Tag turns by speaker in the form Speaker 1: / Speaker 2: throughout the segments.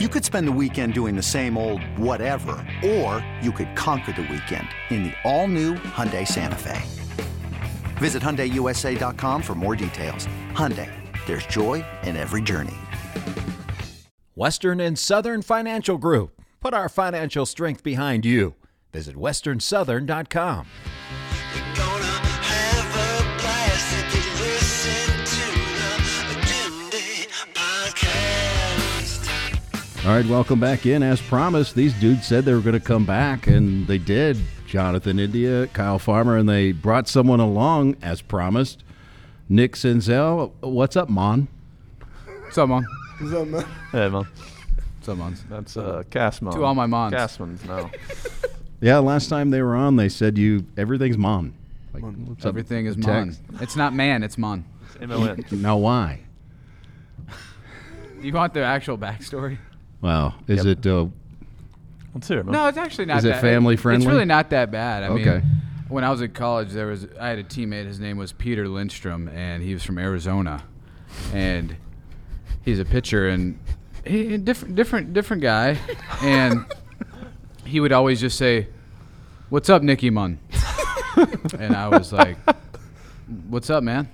Speaker 1: You could spend the weekend doing the same old whatever, or you could conquer the weekend in the all-new Hyundai Santa Fe. Visit HyundaiUSA.com for more details. Hyundai, there's joy in every journey.
Speaker 2: Western and Southern Financial Group. Put our financial strength behind you. Visit westernsouthern.com.
Speaker 3: We're gonna have a blast if you listen to the Dim Day Podcast.
Speaker 4: All right, welcome back in. As promised, these dudes said they were going to come back, and they did. Jonathan India, Kyle Farmer, and they brought someone along as promised. Nick Senzel, what's up, Mon?
Speaker 5: Someone.
Speaker 6: Hey, man.
Speaker 5: Someone's.
Speaker 6: That's uh, Casmon.
Speaker 5: To all my mons.
Speaker 6: Casmons now.
Speaker 4: Yeah, last time they were on, they said you everything's Mon. Like, what's up?
Speaker 5: Everything is mon.
Speaker 4: Text.
Speaker 5: It's not man, it's mon.
Speaker 6: M-O-N.
Speaker 4: Now why?
Speaker 5: You want the actual backstory?
Speaker 4: Well, is it? Uh,
Speaker 6: Let's hear it, man.
Speaker 5: No, it's actually not
Speaker 4: Is it
Speaker 5: that
Speaker 4: family friendly?
Speaker 5: It's really not that bad. I mean,
Speaker 4: Okay.
Speaker 5: when I was in college, there was I had a teammate, his name was Peter Lindstrom and he was from Arizona. And he's a pitcher and he, different different different guy and he would always just say, "What's up, Nicky Munn?" and I was like, "What's up, man?"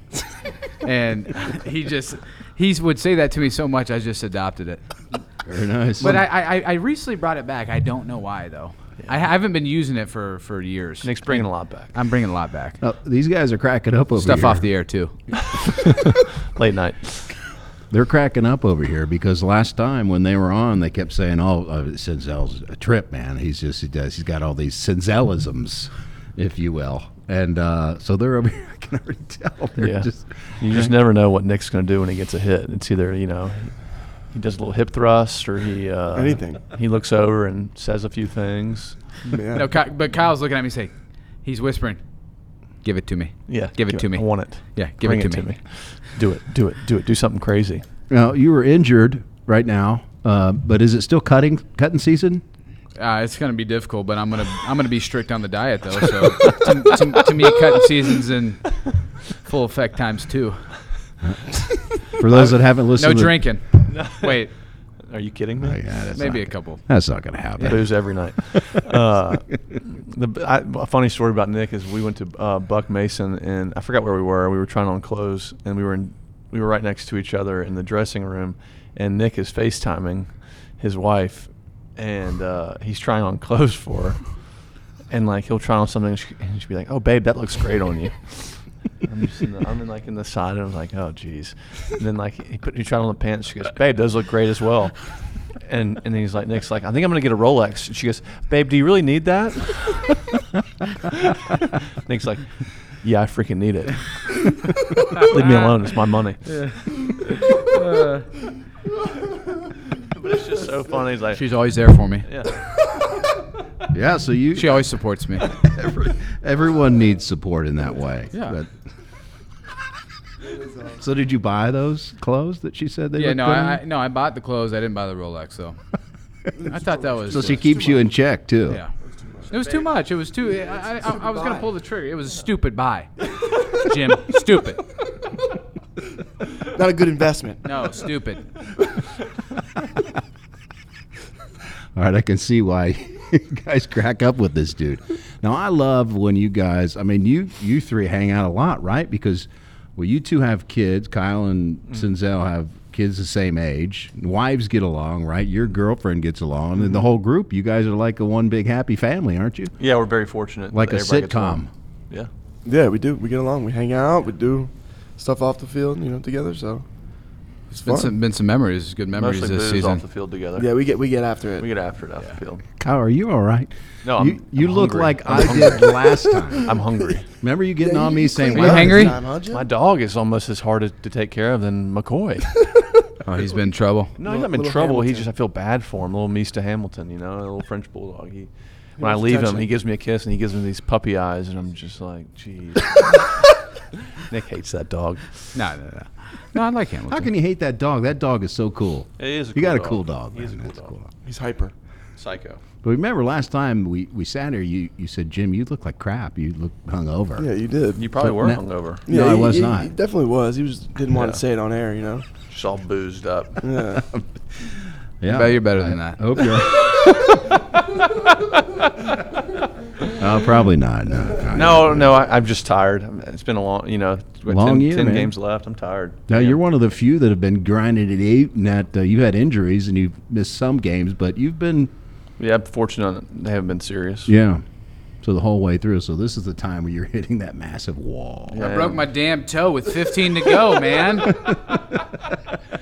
Speaker 5: And he just he would say that to me so much, I just adopted it.
Speaker 4: very nice.
Speaker 5: But I, I, I recently brought it back. I don't know why though. I haven't been using it for, for years.
Speaker 6: Nick's bringing a lot back.
Speaker 5: I'm bringing a lot back.
Speaker 6: Oh,
Speaker 4: Now, Oh, these guys are cracking up over
Speaker 5: Stuff
Speaker 4: here.
Speaker 5: off the air too.
Speaker 6: Late night.
Speaker 4: They're cracking up over here because last time when they were on, they kept saying, "Oh, uh, Senzel's a trip, man. He's just he does. He's got all these Senzelisms, if you will." And uh, so they're over here. I can already tell. They're
Speaker 6: Yeah.
Speaker 4: just
Speaker 6: you just never know what Nick's going to do when he gets a hit. It's either, you know, he does a little hip thrust or he. Uh,
Speaker 7: Anything.
Speaker 6: He looks over and says a few things.
Speaker 7: Yeah.
Speaker 5: No, Ky- but Kyle's looking at me saying, he's whispering, "Give it to me."
Speaker 6: Yeah.
Speaker 5: Give it to me.
Speaker 6: I want it.
Speaker 5: Yeah, give it
Speaker 6: Bring
Speaker 5: to
Speaker 6: it to
Speaker 5: me.
Speaker 6: me. Do it. Do it. Do it. Do something crazy.
Speaker 4: now. You were injured right now, uh, but is it still cutting cutting season?
Speaker 5: Uh, it's gonna be difficult, but I'm gonna I'm gonna be strict on the diet though. So to, to, to me, cutting seasons in full effect times two.
Speaker 4: For those that haven't
Speaker 5: No
Speaker 4: listened, to- Oh,
Speaker 5: drinking. Wait,
Speaker 6: Are you kidding me?
Speaker 4: Yeah, that's
Speaker 5: maybe
Speaker 4: not
Speaker 5: a
Speaker 4: gonna-
Speaker 5: couple.
Speaker 4: That's not going to happen.
Speaker 6: booze every night. uh, the I, a funny story about Nick is we went to uh, Buck Mason and I forgot where we were. We were trying on clothes and we were in, we were right next to each other in the dressing room, and Nick is FaceTiming his wife, and uh, he's trying on clothes for her, and like he'll try on something and, she, and she'll be like, "Oh, babe, that looks great on you." I'm just in the, I'm in like in the side and I'm like, oh geez. And then like he put he tried on the pants. She goes, babe, those look great as well. And and he's like, Nick's like, I think I'm gonna get a Rolex. And she goes, babe, do you really need that? Nick's like, yeah, I freaking need it. Leave me alone. It's my money. but it's just so funny. He's like,
Speaker 5: She's always there for me.
Speaker 6: yeah,
Speaker 4: Yeah, so you
Speaker 5: She always supports me.
Speaker 4: Every- everyone needs support in that way.
Speaker 5: Yeah.
Speaker 4: so did you buy those clothes that she said they
Speaker 5: Yeah,
Speaker 4: looked
Speaker 5: no,
Speaker 4: good
Speaker 5: I, I
Speaker 4: on?
Speaker 5: no, I bought the clothes. I didn't buy the Rolex though. I thought that was
Speaker 4: So she keeps you in check too.
Speaker 5: Yeah. It was too much. It was too. I, I, I, I was gonna pull the trigger. It was a stupid buy, Jim. Stupid.
Speaker 7: Not a good investment.
Speaker 5: No, stupid.
Speaker 4: All right, I can see why you guys crack up with this dude. Now I love when you guys. I mean, you you three hang out a lot, right? Because well, you two have kids. Kyle and
Speaker 6: Mm.
Speaker 4: Sinzel have kids the same age. Wives get along, right? Your girlfriend gets along, and
Speaker 6: Mm-hmm.
Speaker 4: the whole group. You guys are like a one big happy family, aren't you?
Speaker 6: yeah. We're very fortunate.
Speaker 4: Like
Speaker 6: that
Speaker 4: a
Speaker 6: everybody gets along.
Speaker 4: sitcom.
Speaker 6: Yeah.
Speaker 7: Yeah, we do. We get along. We hang out. We do stuff off the field, you know, together. So it's
Speaker 5: Been
Speaker 7: fun.
Speaker 5: some, been some memories, good memories
Speaker 6: Mostly
Speaker 5: this
Speaker 6: booze off the
Speaker 5: season.
Speaker 6: field together.
Speaker 7: yeah, we get we get after it.
Speaker 6: we get after it off the field.
Speaker 4: Kyle, are you all right?
Speaker 6: No, I'm-
Speaker 4: you, you
Speaker 6: I'm
Speaker 4: look
Speaker 6: hungry.
Speaker 4: like
Speaker 6: I'm
Speaker 4: i did last time.
Speaker 6: I'm hungry.
Speaker 4: Remember you getting on me saying,
Speaker 5: You hang-
Speaker 4: "Wow,
Speaker 5: hangry?
Speaker 6: My dog is almost as hard to, to take care of than McCoy.
Speaker 5: Oh, he's been in trouble.
Speaker 6: no, he's not in
Speaker 7: Little
Speaker 6: trouble. He
Speaker 7: Hamilton.
Speaker 6: just I feel bad for him. Little Mista Hamilton, you know, a little French bulldog. He when I
Speaker 7: wants
Speaker 6: leave him,
Speaker 7: attention.
Speaker 6: he gives me a kiss and he gives me these puppy eyes, and I'm just like, geez. Nick hates that dog.
Speaker 5: No, no, no. No, I like Hamilton.
Speaker 4: how can you hate that dog? That dog is so cool."
Speaker 6: He is a
Speaker 4: you got
Speaker 6: cool
Speaker 4: a cool
Speaker 6: dog.
Speaker 4: dog.
Speaker 6: He is
Speaker 4: man.
Speaker 6: a cool
Speaker 4: That's
Speaker 6: dog.
Speaker 7: He's hyper.
Speaker 6: Psycho.
Speaker 4: But remember last time we, we sat here, you, you said, Jim, you look like crap. You look hungover.
Speaker 7: Yeah, you did.
Speaker 6: You probably
Speaker 4: But
Speaker 6: were
Speaker 4: now-
Speaker 6: hungover.
Speaker 4: No, I
Speaker 7: he-
Speaker 4: was
Speaker 7: he-
Speaker 4: not.
Speaker 7: He definitely was. He was didn't want to say it on air, you know.
Speaker 6: Just all boozed up.
Speaker 7: Yeah.
Speaker 4: Yeah.
Speaker 5: I bet you're better than that.
Speaker 6: Oh,
Speaker 4: Hope you're. uh, probably not. No. God,
Speaker 6: No, no, I, I'm just tired. I'm- It's been a long, you know, what,
Speaker 4: Long
Speaker 6: 10,
Speaker 4: year,
Speaker 6: 10
Speaker 4: man.
Speaker 6: games left. I'm tired.
Speaker 4: Now
Speaker 6: Yeah.
Speaker 4: you're one of the few that have been grinding it out, and that uh, you had injuries and you've missed some games, but you've been
Speaker 6: Yeah, I'm fortunate that they haven't been serious.
Speaker 4: yeah. So the whole way through. So this is the time where you're hitting that massive wall.
Speaker 5: I broke my damn toe with 15 to go, man.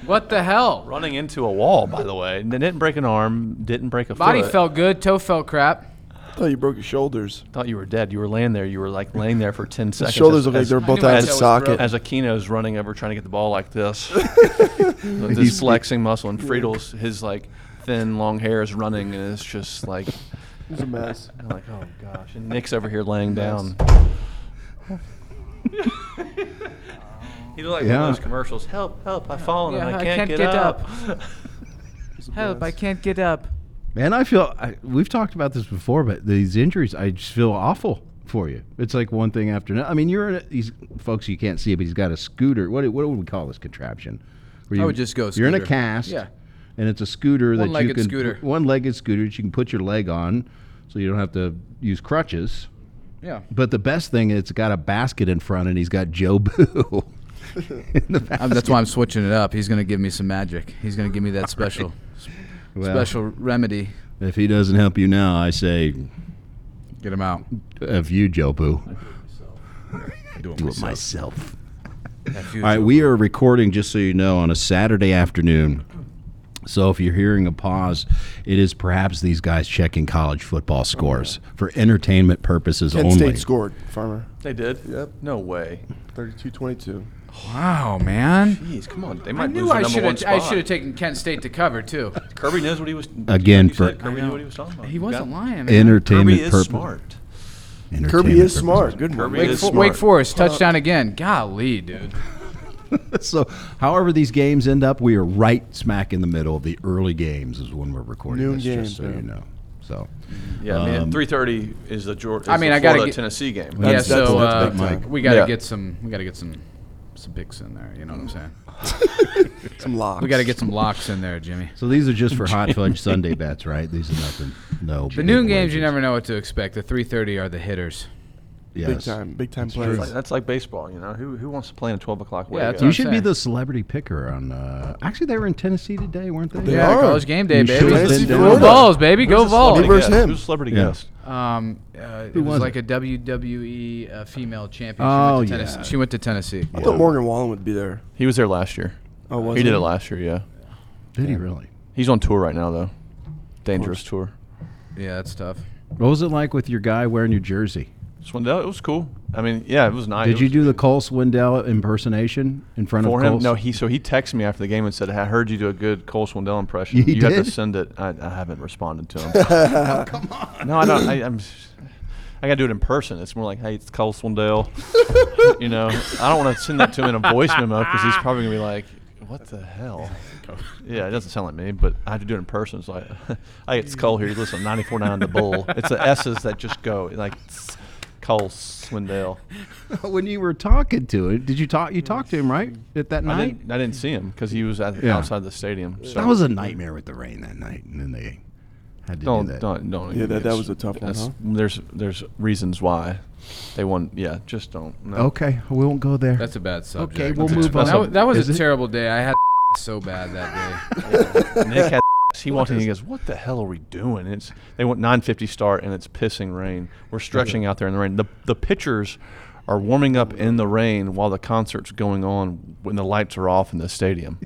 Speaker 5: what the hell?
Speaker 6: Running into a wall, by the way. and Didn't break an arm. Didn't break a
Speaker 5: Body
Speaker 6: foot.
Speaker 5: felt good, toe felt crap.
Speaker 7: I thought you broke your shoulders.
Speaker 6: Thought you were dead. You were laying there. You were like laying there for ten seconds. as-
Speaker 7: shoulders look like
Speaker 6: as-
Speaker 7: they're both
Speaker 5: knew my
Speaker 7: out of
Speaker 5: toe
Speaker 7: the
Speaker 5: was
Speaker 7: socket.
Speaker 5: broken.
Speaker 6: as Aquino's running over trying to get the ball like this, with his flexing muscle, and Friedel's his like thin long hair is running, and it's just like,
Speaker 7: It's a mess.
Speaker 6: I'm like oh gosh, and Nick's over here laying down. he looked like
Speaker 4: Yeah.
Speaker 6: one of those commercials. Help! Help! I've fallen and
Speaker 5: Yeah,
Speaker 6: I can't, get, up.
Speaker 5: Help, I can't get up.
Speaker 4: Man, I feel I, we've talked about this before, but these injuries, I just feel awful for you. It's like one thing after another. I mean, you're in a, these folks you can't see, it, but he's got a scooter. What do- what would we call this contraption? Where
Speaker 5: I
Speaker 4: you-
Speaker 5: would just go
Speaker 4: You're in a
Speaker 5: scooter.
Speaker 4: cast.
Speaker 5: Yeah.
Speaker 4: And it's a scooter that you
Speaker 5: One-legged
Speaker 4: can
Speaker 5: scooter.
Speaker 4: one-legged scooter that you can put your leg on, so you don't have to use crutches.
Speaker 5: Yeah.
Speaker 4: But the best thing is it's got a basket in front, and he's got Joe Boo. in the basket.
Speaker 5: Um, that's why I'm switching it up. He's going to give me some magic. He's going to give me that special
Speaker 4: Well,
Speaker 5: special remedy.
Speaker 4: If he doesn't help you now, I say,
Speaker 5: Get him out.
Speaker 4: of you, Joe Boo.
Speaker 5: Do it
Speaker 4: Do it
Speaker 5: myself.
Speaker 4: myself.
Speaker 5: F you,
Speaker 4: All right,
Speaker 5: Joe.
Speaker 4: we are recording, just so you know, on a Saturday afternoon. So if you're hearing a pause, it is perhaps these guys checking college football scores for entertainment purposes
Speaker 7: Penn
Speaker 4: only.
Speaker 7: State scored, Farmer.
Speaker 6: They did.
Speaker 7: Yep.
Speaker 6: No way.
Speaker 7: 32-22.
Speaker 5: Wow, man.
Speaker 6: Jeez, come on. They
Speaker 5: I
Speaker 6: might lose
Speaker 5: knew
Speaker 6: their
Speaker 5: I
Speaker 6: number
Speaker 5: should
Speaker 6: one
Speaker 5: have I
Speaker 6: spot.
Speaker 5: should have taken Kent State to cover too.
Speaker 6: Kirby knows what he was.
Speaker 4: Again,
Speaker 6: you said
Speaker 4: for-
Speaker 6: Kirby knew what he was talking about.
Speaker 5: He
Speaker 6: You
Speaker 5: wasn't
Speaker 6: got-
Speaker 5: lying. Man.
Speaker 4: Entertainment
Speaker 6: Kirby is
Speaker 4: purpose.
Speaker 6: smart.
Speaker 4: entertainment
Speaker 7: Kirby is
Speaker 4: purposes.
Speaker 7: smart. Good one.
Speaker 6: Kirby
Speaker 5: Wake,
Speaker 6: is
Speaker 5: Fo-
Speaker 6: smart.
Speaker 5: Wake Forest touchdown again. Golly, dude.
Speaker 4: So, however these games end up, we are right smack in the middle of the early games is when we're recording
Speaker 7: Noon
Speaker 4: this,
Speaker 7: games,
Speaker 4: just so
Speaker 7: yeah.
Speaker 4: you know. So,
Speaker 6: Yeah, I
Speaker 4: Um,
Speaker 6: mean, three thirty is the Georgia.
Speaker 5: I mean,
Speaker 6: the
Speaker 5: I gotta
Speaker 6: Florida
Speaker 5: get-
Speaker 6: Tennessee game.
Speaker 5: yeah,
Speaker 4: That's- that's-
Speaker 5: so
Speaker 4: that's
Speaker 5: uh,
Speaker 4: big time.
Speaker 5: we got to
Speaker 6: Yeah.
Speaker 5: get some we got to get some some picks in there, you know what I'm saying?
Speaker 7: Some locks.
Speaker 5: We got to get some locks in there, Jimmy.
Speaker 4: so these are just for hot fudge Sunday bets, right? These are nothing. No.
Speaker 5: The noon games, you never know what to expect. The 3:30 are the hitters.
Speaker 4: Yes.
Speaker 7: big time, big time
Speaker 6: That's
Speaker 7: plays.
Speaker 6: like, that's like baseball, you know. Who who wants to play in a twelve o'clock wake?
Speaker 5: Yeah, that's
Speaker 4: You
Speaker 5: what
Speaker 4: should
Speaker 5: I'm
Speaker 4: be
Speaker 5: saying.
Speaker 4: the celebrity picker on. Uh, actually, they were in Tennessee today, weren't they?
Speaker 7: They
Speaker 5: yeah,
Speaker 7: are.
Speaker 5: college game day,
Speaker 4: You
Speaker 5: baby.
Speaker 4: should've
Speaker 7: been
Speaker 5: Go
Speaker 7: down.
Speaker 5: balls, baby. Go
Speaker 7: Who's
Speaker 5: balls.
Speaker 7: versus him?
Speaker 6: Who's celebrity
Speaker 4: Yeah.
Speaker 6: guest?
Speaker 5: Um, uh, it
Speaker 4: was
Speaker 5: was
Speaker 4: it?
Speaker 5: like a WWE uh, female champion.
Speaker 4: Oh,
Speaker 5: she went to Tennessee.
Speaker 4: yeah.
Speaker 5: She went to Tennessee.
Speaker 7: I thought Morgan Wallen would be there.
Speaker 6: He was there last year.
Speaker 7: Oh, was
Speaker 6: he
Speaker 7: he?
Speaker 6: did it last year. Yeah,
Speaker 4: Did he really?
Speaker 6: he's on tour right now though. Dangerous tour.
Speaker 5: Yeah, that's tough.
Speaker 4: What was it like with your guy wearing your jersey?
Speaker 6: Swindell, it was cool. I mean, yeah, it was nice.
Speaker 4: Did
Speaker 6: It
Speaker 4: you
Speaker 6: was-
Speaker 4: do the Cole Swindell impersonation in front
Speaker 6: for
Speaker 4: of
Speaker 6: him?
Speaker 4: Cole?
Speaker 6: No, he so he texted me after the game and said, "I heard you do a good Cole Swindell impression.
Speaker 4: He
Speaker 6: you have
Speaker 4: did?
Speaker 6: to send it." I, I haven't responded to him. come on. No, I don't. I, I'm. I gotta do it in person. It's more like, "Hey, it's Cole Swindell." you know, I don't want to send that to him in a voice memo because he's probably gonna be like, "What the hell?" Yeah, it doesn't sound like me, but I have to do it in person. It's like, "Hey, it's Cole here. You listen, 94.9 The Bull." It's the S's that just go like. Cole Swindell.
Speaker 4: when you were talking to him, did you talk? You talked to him right at that
Speaker 6: I
Speaker 4: night.
Speaker 6: didn't, I didn't see him because he was at,
Speaker 4: Yeah.
Speaker 6: outside the stadium. So.
Speaker 4: That was a nightmare with the rain that night, and then they had to
Speaker 6: Don't,
Speaker 4: do that.
Speaker 6: don't, don't.
Speaker 7: Yeah, that- that
Speaker 6: it's-
Speaker 7: was a tough one,
Speaker 6: that's-
Speaker 7: huh?
Speaker 6: There's, there's reasons why they won. Yeah, just don't. No.
Speaker 4: Okay, we won't go there.
Speaker 5: That's a bad subject.
Speaker 4: okay, we'll move
Speaker 6: That's
Speaker 4: on.
Speaker 5: That, wa- that was
Speaker 4: Is
Speaker 5: a
Speaker 4: it-
Speaker 5: terrible day. I had so bad that day.
Speaker 6: Nick had. He walked in and he goes, "What the hell are we doing?" And it's they went 9:50 start and it's pissing rain. We're stretching out there in the rain. The the pitchers are warming up in the rain while the concert's going on when the lights are off in the stadium.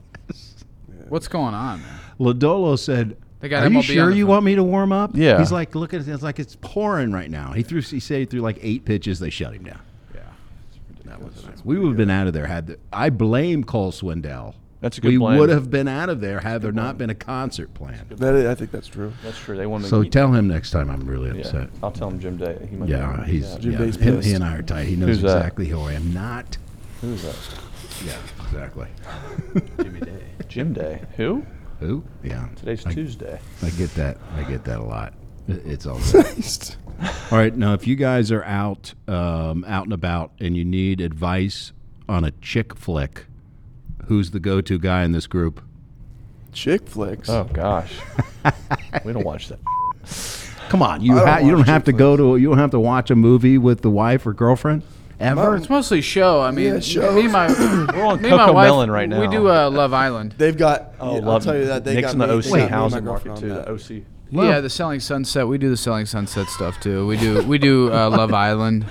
Speaker 5: What's going on, man?
Speaker 4: Lodolo said,
Speaker 5: They got
Speaker 4: "Are you
Speaker 5: MLB on
Speaker 4: sure
Speaker 5: the
Speaker 4: you
Speaker 5: phone."
Speaker 4: want me to warm up?"
Speaker 6: Yeah.
Speaker 4: He's like, "Look at it. It's like it's pouring right now." He threw. He said he threw like eight pitches. They shut him down. Yeah, that was. We would have been out of there had the, I blame Cole Swindell.
Speaker 6: That's a good
Speaker 4: We
Speaker 6: blame.
Speaker 4: would have been out of there had there not been a concert planned.
Speaker 7: That is, I think that's true.
Speaker 6: That's true. They won the.
Speaker 4: So
Speaker 6: he-
Speaker 4: tell him next time I'm really
Speaker 6: yeah,
Speaker 4: upset.
Speaker 6: I'll tell him Jim Day. He might be-
Speaker 4: Yeah, he's
Speaker 7: Jim
Speaker 4: yeah,
Speaker 7: Day's
Speaker 4: him, he
Speaker 7: pissed.
Speaker 4: and I are tight. He knows
Speaker 6: Who's that?
Speaker 4: exactly who I am. Not.
Speaker 6: Who's that?
Speaker 4: Yeah, exactly.
Speaker 6: Jim Day. Who?
Speaker 4: Who? Yeah.
Speaker 6: Today's
Speaker 4: I-
Speaker 6: Tuesday.
Speaker 4: I get that. I get that a lot. It- It's all good. All right, now if you guys are out, um, out and about, and you need advice on a chick flick, who's the go-to guy in this group?
Speaker 7: Chick flicks.
Speaker 6: Oh gosh, we don't watch that.
Speaker 4: Come on, you
Speaker 7: I don't
Speaker 4: ha- you
Speaker 7: watch
Speaker 4: don't have to
Speaker 7: chick
Speaker 4: go to you don't have to watch a movie with the wife or girlfriend ever.
Speaker 5: It's mostly show. I mean,
Speaker 7: Yeah, shows.
Speaker 5: me and my we're
Speaker 6: on
Speaker 5: me and my
Speaker 6: Cocomelon
Speaker 5: wife,
Speaker 6: right
Speaker 5: We
Speaker 6: now.
Speaker 5: do uh, Love Island.
Speaker 7: They've got.
Speaker 6: Oh,
Speaker 7: yeah, I'll
Speaker 6: love
Speaker 7: tell you that they
Speaker 6: Nick's
Speaker 7: got
Speaker 6: in the
Speaker 7: me-
Speaker 6: OC
Speaker 7: they got me and my
Speaker 6: housing market
Speaker 7: girlfriend
Speaker 6: too.
Speaker 7: on that.
Speaker 6: The OC.
Speaker 5: Yeah, the Selling Sunset. We do the Selling Sunset stuff too. We do we do uh, Love Island.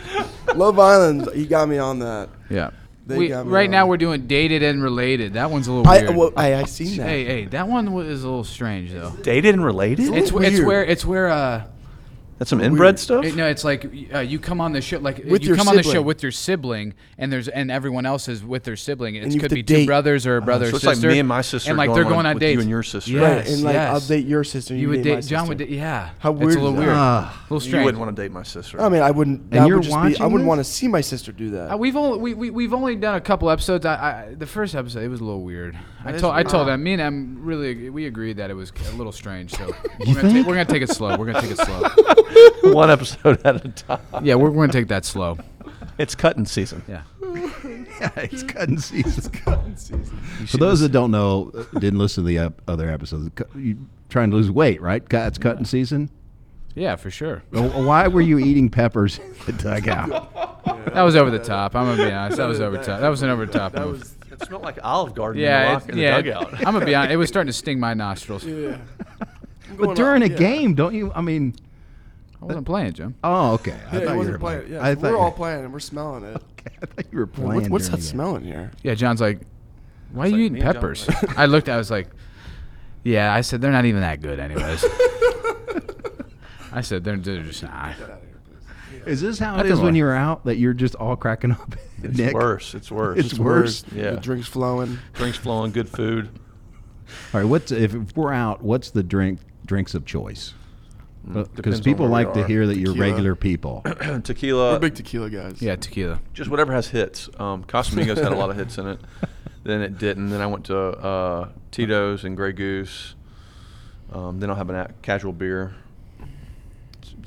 Speaker 7: Love Island. He got me on that.
Speaker 5: Yeah.
Speaker 7: They
Speaker 5: We,
Speaker 7: got me
Speaker 5: right
Speaker 7: on
Speaker 5: now
Speaker 7: that.
Speaker 5: we're doing dated and related. That one's a little
Speaker 7: I
Speaker 5: weird.
Speaker 7: well, I I seen that.
Speaker 5: hey, hey, that one wa- is a little strange though.
Speaker 6: Dated and related?
Speaker 5: It's it's
Speaker 7: weird.
Speaker 5: where it's where uh
Speaker 6: That's some inbred stuff.
Speaker 5: it- no it's like uh, you come on the show like
Speaker 7: With
Speaker 5: you
Speaker 7: your
Speaker 5: come on the show
Speaker 7: sibling.
Speaker 5: with your sibling and there's and everyone else is with their sibling. It
Speaker 7: you have
Speaker 5: could
Speaker 7: to
Speaker 5: be two
Speaker 7: date. Oh,
Speaker 5: brothers or a brother
Speaker 6: so
Speaker 5: or
Speaker 6: it's
Speaker 5: sister.
Speaker 6: like me and my sister,
Speaker 5: and like they're going on
Speaker 6: with
Speaker 5: dates.
Speaker 6: You and your sister.
Speaker 5: Yeah.
Speaker 7: Right,
Speaker 5: Yes,
Speaker 7: and like
Speaker 5: yes.
Speaker 7: I'll date your sister. And
Speaker 5: You
Speaker 7: you,
Speaker 5: would
Speaker 7: date, my
Speaker 5: date John would
Speaker 7: sister.
Speaker 5: date, yeah.
Speaker 7: How
Speaker 5: It's
Speaker 7: weird
Speaker 5: a little
Speaker 7: is that?
Speaker 5: weird.
Speaker 4: Ah.
Speaker 5: a little
Speaker 6: You
Speaker 5: strange.
Speaker 6: wouldn't want to date my sister.
Speaker 7: I mean, I wouldn't. That
Speaker 4: you're
Speaker 7: would just be, I
Speaker 4: watching
Speaker 7: wouldn't want to
Speaker 4: this?
Speaker 7: see my sister do that.
Speaker 5: Uh, we've only we, we we've only done a couple episodes. I, I the first episode it was a little weird. I told I told them. Me and Em really we agreed that it was a little strange. So we're gonna, take, we're gonna take it slow. We're gonna take it slow.
Speaker 6: One episode at a time.
Speaker 5: yeah, we're, we're gonna take that slow.
Speaker 6: It's cutting season.
Speaker 5: Yeah.
Speaker 4: it's cutting season. For those that don't know, uh, didn't listen to the ep- other episodes, cu- you trying to lose weight, right? Cu- It's cutting season.
Speaker 5: Yeah, for sure.
Speaker 4: Well, Why were you eating peppers in the dugout?
Speaker 5: That was over the top. I'm gonna be honest. That was over top. That was an over the top
Speaker 7: that
Speaker 5: move.
Speaker 7: was
Speaker 6: It smelled like Olive Garden in the,
Speaker 5: yeah,
Speaker 6: lock,
Speaker 5: it,
Speaker 6: in the
Speaker 5: yeah.
Speaker 6: dugout.
Speaker 5: I'm gonna be honest. It was starting to sting my nostrils.
Speaker 4: But during a game, don't you? I mean,
Speaker 5: I wasn't playing, Jim.
Speaker 4: oh, okay. I
Speaker 7: Yeah,
Speaker 4: thought
Speaker 7: it
Speaker 4: you
Speaker 7: wasn't
Speaker 4: were
Speaker 7: playing.
Speaker 4: like-
Speaker 7: Yeah,
Speaker 4: I
Speaker 7: so
Speaker 4: thought
Speaker 7: we're
Speaker 4: you-
Speaker 7: all playing and we're smelling it.
Speaker 4: I thought you were playing.
Speaker 7: What, what's
Speaker 4: during the
Speaker 7: that
Speaker 4: game.
Speaker 7: smelling here?
Speaker 5: Yeah, John's like, why
Speaker 6: It's
Speaker 5: you
Speaker 6: like
Speaker 5: eating
Speaker 6: me and John
Speaker 5: peppers?
Speaker 6: were like-
Speaker 5: I looked. I was like, yeah. I said they're not even that good, anyways. I said they're, they're just nah.
Speaker 4: Is this how
Speaker 5: That
Speaker 4: it is
Speaker 5: doesn't
Speaker 4: when
Speaker 5: work.
Speaker 4: you're out that you're just all cracking up?
Speaker 6: It's
Speaker 4: Nick?
Speaker 6: worse. It's worse.
Speaker 4: It's worse.
Speaker 6: Yeah.
Speaker 7: The drinks flowing.
Speaker 6: Drinks flowing, good food.
Speaker 4: All right, what's if, if we're out? What's the drink drinks of choice?
Speaker 6: depends
Speaker 4: Because
Speaker 6: on
Speaker 4: people
Speaker 6: where we
Speaker 4: like to
Speaker 6: are.
Speaker 4: hear that you're
Speaker 7: Tequila.
Speaker 4: regular people.
Speaker 6: Tequila.
Speaker 7: We're big tequila guys.
Speaker 5: Yeah, tequila.
Speaker 6: just whatever has hits. Um, Casamigos had a lot of hits in it. Then it didn't. Then I went to uh, Tito's and Grey Goose. Um, then I'll have a na- casual beer.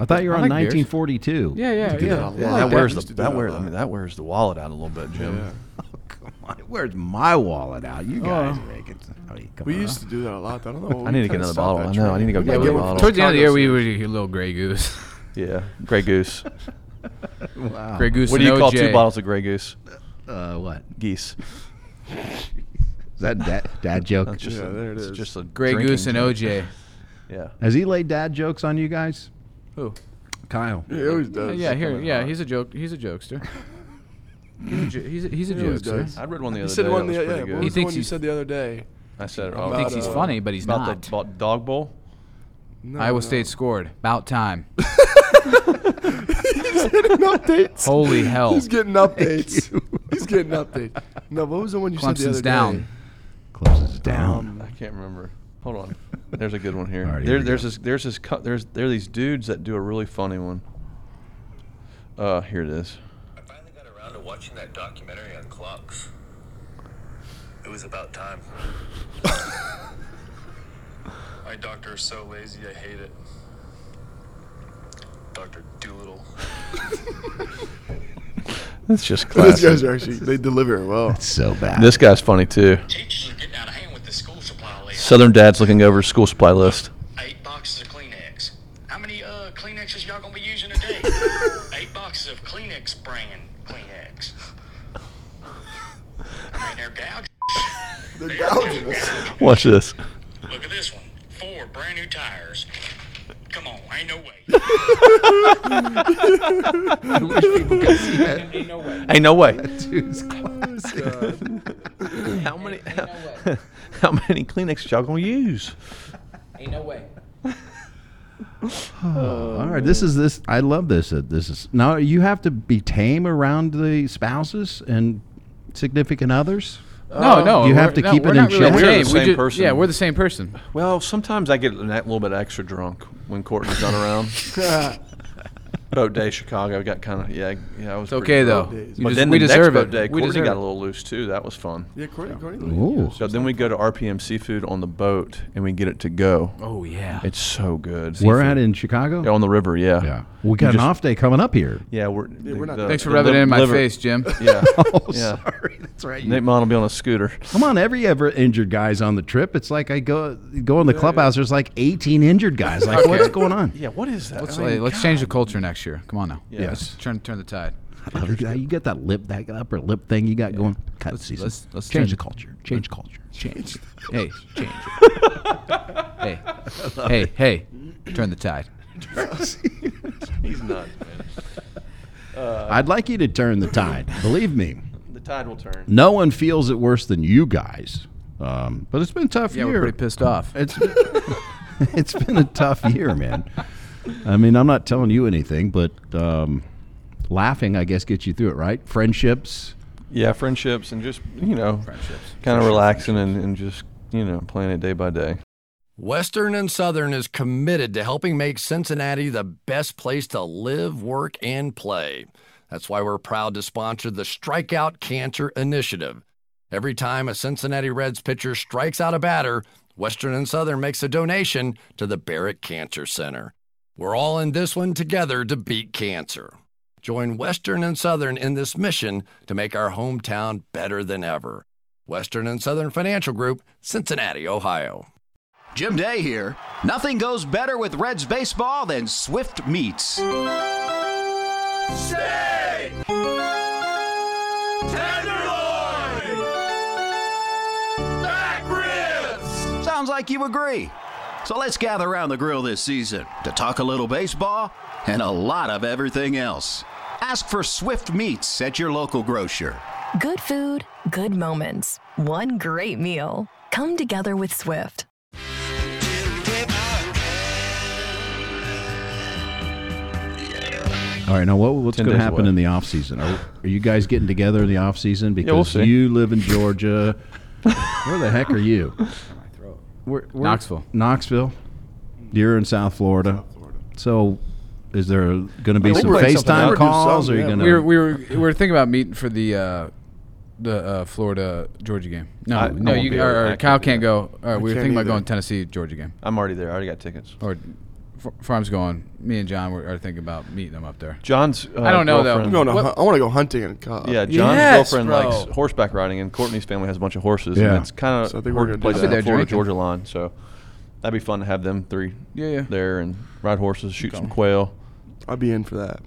Speaker 4: I thought you were
Speaker 5: I
Speaker 4: on
Speaker 5: like beers.
Speaker 4: 1942.
Speaker 5: Yeah, yeah,
Speaker 7: do that
Speaker 5: yeah.
Speaker 7: a lot.
Speaker 5: yeah.
Speaker 7: I like
Speaker 6: that
Speaker 7: that.
Speaker 6: wears
Speaker 7: We
Speaker 6: the
Speaker 7: used to do
Speaker 6: that
Speaker 7: that a
Speaker 6: wears. I
Speaker 7: lot.
Speaker 6: mean, that wears the wallet out a little bit, Jim.
Speaker 7: Yeah.
Speaker 4: Come on, where's my wallet out? You guys are making. I mean, come
Speaker 7: We
Speaker 4: on.
Speaker 7: used to do that a lot. I don't know.
Speaker 6: I need to get another bottle. I know. I need to go get
Speaker 7: gotta
Speaker 6: another
Speaker 7: get one.
Speaker 6: bottle.
Speaker 5: Towards the end of the year, we were a little Grey Goose.
Speaker 6: Yeah, Grey Goose.
Speaker 4: Wow.
Speaker 5: Grey Goose.
Speaker 6: what do
Speaker 5: and
Speaker 6: you call
Speaker 5: OJ.
Speaker 6: two bottles of Grey Goose?
Speaker 4: Uh, what?
Speaker 6: Geese.
Speaker 4: Is that dad, dad joke?
Speaker 6: That's just
Speaker 7: Yeah,
Speaker 6: a,
Speaker 7: there it
Speaker 6: it's
Speaker 7: is.
Speaker 6: Just a
Speaker 5: Grey
Speaker 6: drinking
Speaker 5: Goose and
Speaker 6: drink.
Speaker 5: OJ.
Speaker 6: Yeah.
Speaker 4: Has he laid dad jokes on you guys?
Speaker 5: Who?
Speaker 4: Kyle.
Speaker 7: He always does.
Speaker 5: Yeah, here.
Speaker 6: coming
Speaker 5: Yeah,
Speaker 6: hot.
Speaker 5: he's a joke. He's a jokester. He's a jo- he's a, he's a
Speaker 7: always
Speaker 5: jokester.
Speaker 7: does.
Speaker 6: I read one the
Speaker 7: You
Speaker 6: other
Speaker 7: said
Speaker 6: day.
Speaker 7: one
Speaker 6: that
Speaker 7: the,
Speaker 6: was
Speaker 7: yeah,
Speaker 6: pretty
Speaker 7: what
Speaker 6: good.
Speaker 5: He
Speaker 7: was the
Speaker 5: thinks
Speaker 7: one
Speaker 5: he-
Speaker 7: you said the other day?
Speaker 6: I said it.
Speaker 5: He
Speaker 6: all.
Speaker 7: About,
Speaker 5: thinks he's
Speaker 7: uh,
Speaker 5: funny, but he's
Speaker 6: about
Speaker 5: not.
Speaker 6: the about dog bowl.
Speaker 7: No,
Speaker 5: Iowa
Speaker 7: no.
Speaker 5: State scored. About time.
Speaker 7: getting updates.
Speaker 5: Holy hell.
Speaker 7: He's getting updates. He's getting updates. No, what was the one you said the
Speaker 5: Clemson's
Speaker 7: other
Speaker 5: down.
Speaker 7: day?
Speaker 4: Closes
Speaker 7: Um,
Speaker 4: down.
Speaker 6: I can't remember. Hold on. There's a good one here.
Speaker 4: All right, here
Speaker 6: there,
Speaker 4: we
Speaker 6: there's
Speaker 4: go.
Speaker 6: this. There's this. cu- There's there are these dudes that do a really funny one. Uh, here it is.
Speaker 8: I finally got around to watching that documentary on clocks. It was about time. My doctor is so lazy, I hate it. Dr. Doolittle.
Speaker 6: That's just
Speaker 7: Those
Speaker 6: classic.
Speaker 7: guys are actually they deliver it well.
Speaker 4: So bad.
Speaker 6: this guy's funny too.
Speaker 8: Teachers are getting out of hand with the school supply list.
Speaker 6: Southern Dad's looking over his school supply list.
Speaker 8: Eight boxes of Kleenex. How many uh, Kleenexes y'all gonna be using a day? Eight boxes of Kleenex brand Kleenex. I mean, they're gouging.
Speaker 7: They're gouging us.
Speaker 6: Watch this.
Speaker 8: Look at this one. Four brand new tires. Come on, ain't no way. ain't no way.
Speaker 6: Ain't no way.
Speaker 4: Dude's classic.
Speaker 6: How many? How many Kleenex y'all gonna use?
Speaker 5: Ain't no way.
Speaker 4: All right, this is this. I love this. uh, This is now you have to be tame around the spouses and significant others.
Speaker 5: No, no.
Speaker 4: You
Speaker 5: we're-
Speaker 4: have to
Speaker 5: no,
Speaker 4: keep it
Speaker 5: we're
Speaker 4: in
Speaker 5: not really
Speaker 4: check.
Speaker 5: the
Speaker 4: We're
Speaker 6: the
Speaker 5: same. We
Speaker 6: same
Speaker 5: ju-
Speaker 6: person.
Speaker 5: Yeah, we're the same person.
Speaker 6: Well, sometimes I get a little bit extra drunk when Courtney's not around. boat day Chicago got kind of yeah yeah. I was
Speaker 5: It's okay though.
Speaker 7: days.
Speaker 5: You
Speaker 6: But
Speaker 5: des-
Speaker 6: then
Speaker 5: we
Speaker 6: the
Speaker 5: deserve
Speaker 6: next
Speaker 5: it.
Speaker 6: boat day,
Speaker 5: we
Speaker 6: Courtney
Speaker 5: deserve
Speaker 6: got
Speaker 5: it.
Speaker 6: a little loose too. That was fun.
Speaker 7: Yeah, Courtney, Courtney.
Speaker 4: Ooh.
Speaker 6: So then we go to RPM Seafood on the boat and we get it to go.
Speaker 5: Oh yeah.
Speaker 6: It's so good.
Speaker 4: We're at in Chicago.
Speaker 6: Yeah, on the river, yeah.
Speaker 4: Yeah, we got an
Speaker 6: just-
Speaker 4: off day coming up here.
Speaker 6: Yeah, we're,
Speaker 7: we're not-
Speaker 5: Thanks for rubbing it in my face, Jim.
Speaker 6: Yeah. yeah.
Speaker 4: Oh, Sorry, That's right.
Speaker 6: Nate Mon will be on a scooter.
Speaker 4: Come on, every ever injured guy's on the trip. It's like I go go in the clubhouse. There's like 18 injured guys. Like,
Speaker 5: Okay.
Speaker 4: what's going on?
Speaker 6: Yeah, what is that?
Speaker 5: Let's,
Speaker 6: I mean,
Speaker 5: let's change the culture next year. Come on now.
Speaker 6: Yeah.
Speaker 5: Let's turn turn the tide.
Speaker 4: you got that lip, that upper lip thing you got going. Cut
Speaker 5: Let's-
Speaker 4: season.
Speaker 5: let's- let's
Speaker 4: change
Speaker 5: turn-
Speaker 4: the culture. Change culture.
Speaker 5: Change. hey, change. hey, hey, hey, turn the tide.
Speaker 6: he's nuts, man.
Speaker 4: I'd like you to turn the tide. Believe me,
Speaker 6: The tide will turn.
Speaker 4: no one feels it worse than you guys. Um, but it's been a tough
Speaker 5: Yeah,
Speaker 4: year.
Speaker 5: we're pretty pissed off.
Speaker 4: It's it's been a tough year, man. I mean, I'm not telling you anything, but um, laughing, I guess, gets you through it, right? Friendships.
Speaker 6: Yeah, friendships and just you know, kind of relaxing and, and just you know playing it day by day.
Speaker 9: Western and Southern is committed to helping make Cincinnati the best place to live, work, and play. That's why we're proud to sponsor the Strikeout Cancer Initiative. Every time a Cincinnati Reds pitcher strikes out a batter, Western and Southern makes a donation to the Barrett Cancer Center. We're all in this one together to beat cancer. Join Western and Southern in this mission to make our hometown better than ever. Western and Southern Financial Group, Cincinnati, Ohio.
Speaker 2: Jim Day here. Nothing goes better with Reds baseball than Swift Meats. Sounds like you agree. So let's gather around the grill this season to talk a little baseball and a lot of everything else. Ask for Swift Meats at your local grocer.
Speaker 10: Good food, good moments, one great meal. Come together with Swift.
Speaker 4: All right, now what, what's
Speaker 6: Ten
Speaker 4: going to
Speaker 6: days
Speaker 4: happen
Speaker 6: away.
Speaker 4: in the off season? Are, are you guys getting together in the off season? Because
Speaker 6: we'll see.
Speaker 4: you live in Georgia. Where the heck are you? Where, where-
Speaker 5: Knoxville.
Speaker 4: Knoxville. You're in South Florida. So, is there going to be
Speaker 6: We'll
Speaker 4: some
Speaker 6: bring something up.
Speaker 4: FaceTime
Speaker 6: We'll do
Speaker 4: calls? Or
Speaker 7: something,
Speaker 4: are you
Speaker 7: yeah.
Speaker 4: going
Speaker 5: We were, we were we were thinking about meeting for the uh, the uh, Florida Georgia game. No,
Speaker 6: I- I
Speaker 5: no,
Speaker 6: won't be
Speaker 5: you
Speaker 6: able-
Speaker 5: or,
Speaker 6: I
Speaker 5: or
Speaker 6: can't
Speaker 5: Kyle
Speaker 6: do
Speaker 5: can't
Speaker 6: that.
Speaker 5: go. All right, we were
Speaker 7: can't
Speaker 5: thinking about
Speaker 7: either.
Speaker 5: going Tennessee Georgia game
Speaker 6: I'm already there. I already got tickets.
Speaker 5: or F- Farms going. Me and John were, are thinking about meeting them up there.
Speaker 6: John's. Uh,
Speaker 5: I don't know, though.
Speaker 6: girlfriend-
Speaker 7: I'm going to
Speaker 5: What-
Speaker 7: hu- I want to go hunting in Cobb.
Speaker 6: Yeah, John's
Speaker 5: Yes,
Speaker 6: girlfriend
Speaker 5: bro.
Speaker 6: likes horseback riding, and Courtney's family has a bunch of horses.
Speaker 4: Yeah.
Speaker 6: and it's kind of
Speaker 7: So I
Speaker 6: hard
Speaker 7: think we're
Speaker 6: to
Speaker 7: gonna do
Speaker 6: play
Speaker 7: that.
Speaker 6: that
Speaker 5: They're
Speaker 6: Florida
Speaker 5: drinking.
Speaker 6: Georgia line. So that'd be fun to have them three.
Speaker 5: Yeah, yeah.
Speaker 6: There and ride horses, shoot some quail,
Speaker 7: I'd be in for that.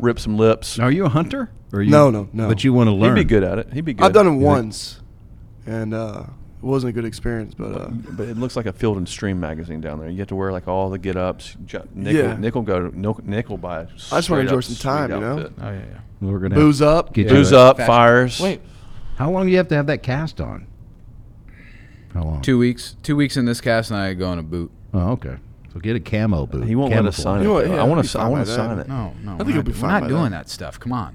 Speaker 6: rip some lips.
Speaker 4: Are you a hunter? Or are you,
Speaker 7: No, no, no.
Speaker 4: But you want to
Speaker 6: He'd
Speaker 4: learn.
Speaker 6: be good at it. He'd be good.
Speaker 7: I've done it once, and uh, it wasn't a good experience. But uh,
Speaker 6: But it looks like a Field and Stream magazine down there. You have to wear like all the get ups. Nick,
Speaker 7: Yeah.
Speaker 6: will, Nick will go. Nick, Nick will buy. I just
Speaker 7: wanna enjoy some time, you know?
Speaker 5: Oh yeah, yeah.
Speaker 4: We're gonna
Speaker 7: booze up.
Speaker 4: Get
Speaker 6: Booze
Speaker 4: you a-
Speaker 6: up, fires.
Speaker 5: Wait,
Speaker 4: How long do you have to have that cast on? How long?
Speaker 5: two weeks. Two weeks in this cast, and I go on a boot.
Speaker 4: Oh, okay. So get a camo boot.
Speaker 6: He won't let
Speaker 4: Camouflage.
Speaker 6: us sign it.
Speaker 7: You know what,
Speaker 6: though.
Speaker 7: yeah,
Speaker 6: I want
Speaker 7: I'd be
Speaker 6: to. I
Speaker 7: fine
Speaker 6: want
Speaker 7: by
Speaker 6: to
Speaker 7: then.
Speaker 6: sign it.
Speaker 5: No, no. I
Speaker 7: think you'll be fine
Speaker 5: We're
Speaker 7: by
Speaker 5: not doing
Speaker 7: then.
Speaker 5: that stuff. Come on.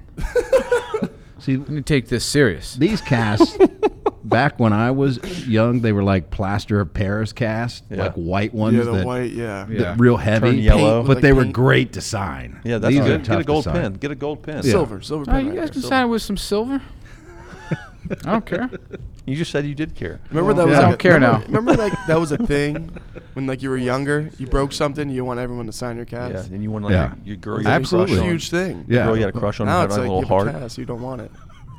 Speaker 4: See,
Speaker 5: Let me take this serious.
Speaker 4: these casts back when I was young, they were like plaster of Paris cast,
Speaker 6: Yeah.
Speaker 4: like white ones
Speaker 7: yeah, the
Speaker 4: that,
Speaker 7: white. Yeah.
Speaker 4: that
Speaker 5: Yeah.
Speaker 4: real heavy,
Speaker 6: Turn yellow.
Speaker 4: but
Speaker 7: Like
Speaker 4: they were
Speaker 7: paint.
Speaker 4: great to sign.
Speaker 6: Yeah, that's
Speaker 4: These
Speaker 6: good.
Speaker 4: are
Speaker 6: Get
Speaker 4: tough
Speaker 6: a
Speaker 4: to
Speaker 6: gold
Speaker 4: sign.
Speaker 6: pen. Get a gold pen.
Speaker 7: Silver, silver.
Speaker 5: Oh,
Speaker 7: pen
Speaker 5: you
Speaker 7: right
Speaker 5: guys can
Speaker 7: there.
Speaker 5: sign it with some silver. I don't care.
Speaker 6: You just said you did care.
Speaker 7: Remember that
Speaker 5: Yeah.
Speaker 7: was
Speaker 5: I
Speaker 7: like
Speaker 5: don't care
Speaker 7: remember,
Speaker 5: now.
Speaker 7: Remember like that was a thing when like you were younger, you broke something, you want everyone to sign your
Speaker 6: Yeah,
Speaker 7: cast.
Speaker 6: and you want like
Speaker 4: Yeah.
Speaker 6: your, your girl. you got a
Speaker 4: Absolutely.
Speaker 6: crush on.
Speaker 7: huge thing.
Speaker 4: Yeah.
Speaker 6: Girl, you got a crush on.
Speaker 7: Now
Speaker 6: her,
Speaker 7: it's
Speaker 6: like
Speaker 7: like
Speaker 6: a
Speaker 7: you
Speaker 6: little
Speaker 7: have a
Speaker 6: heart.
Speaker 7: cast, you don't want it.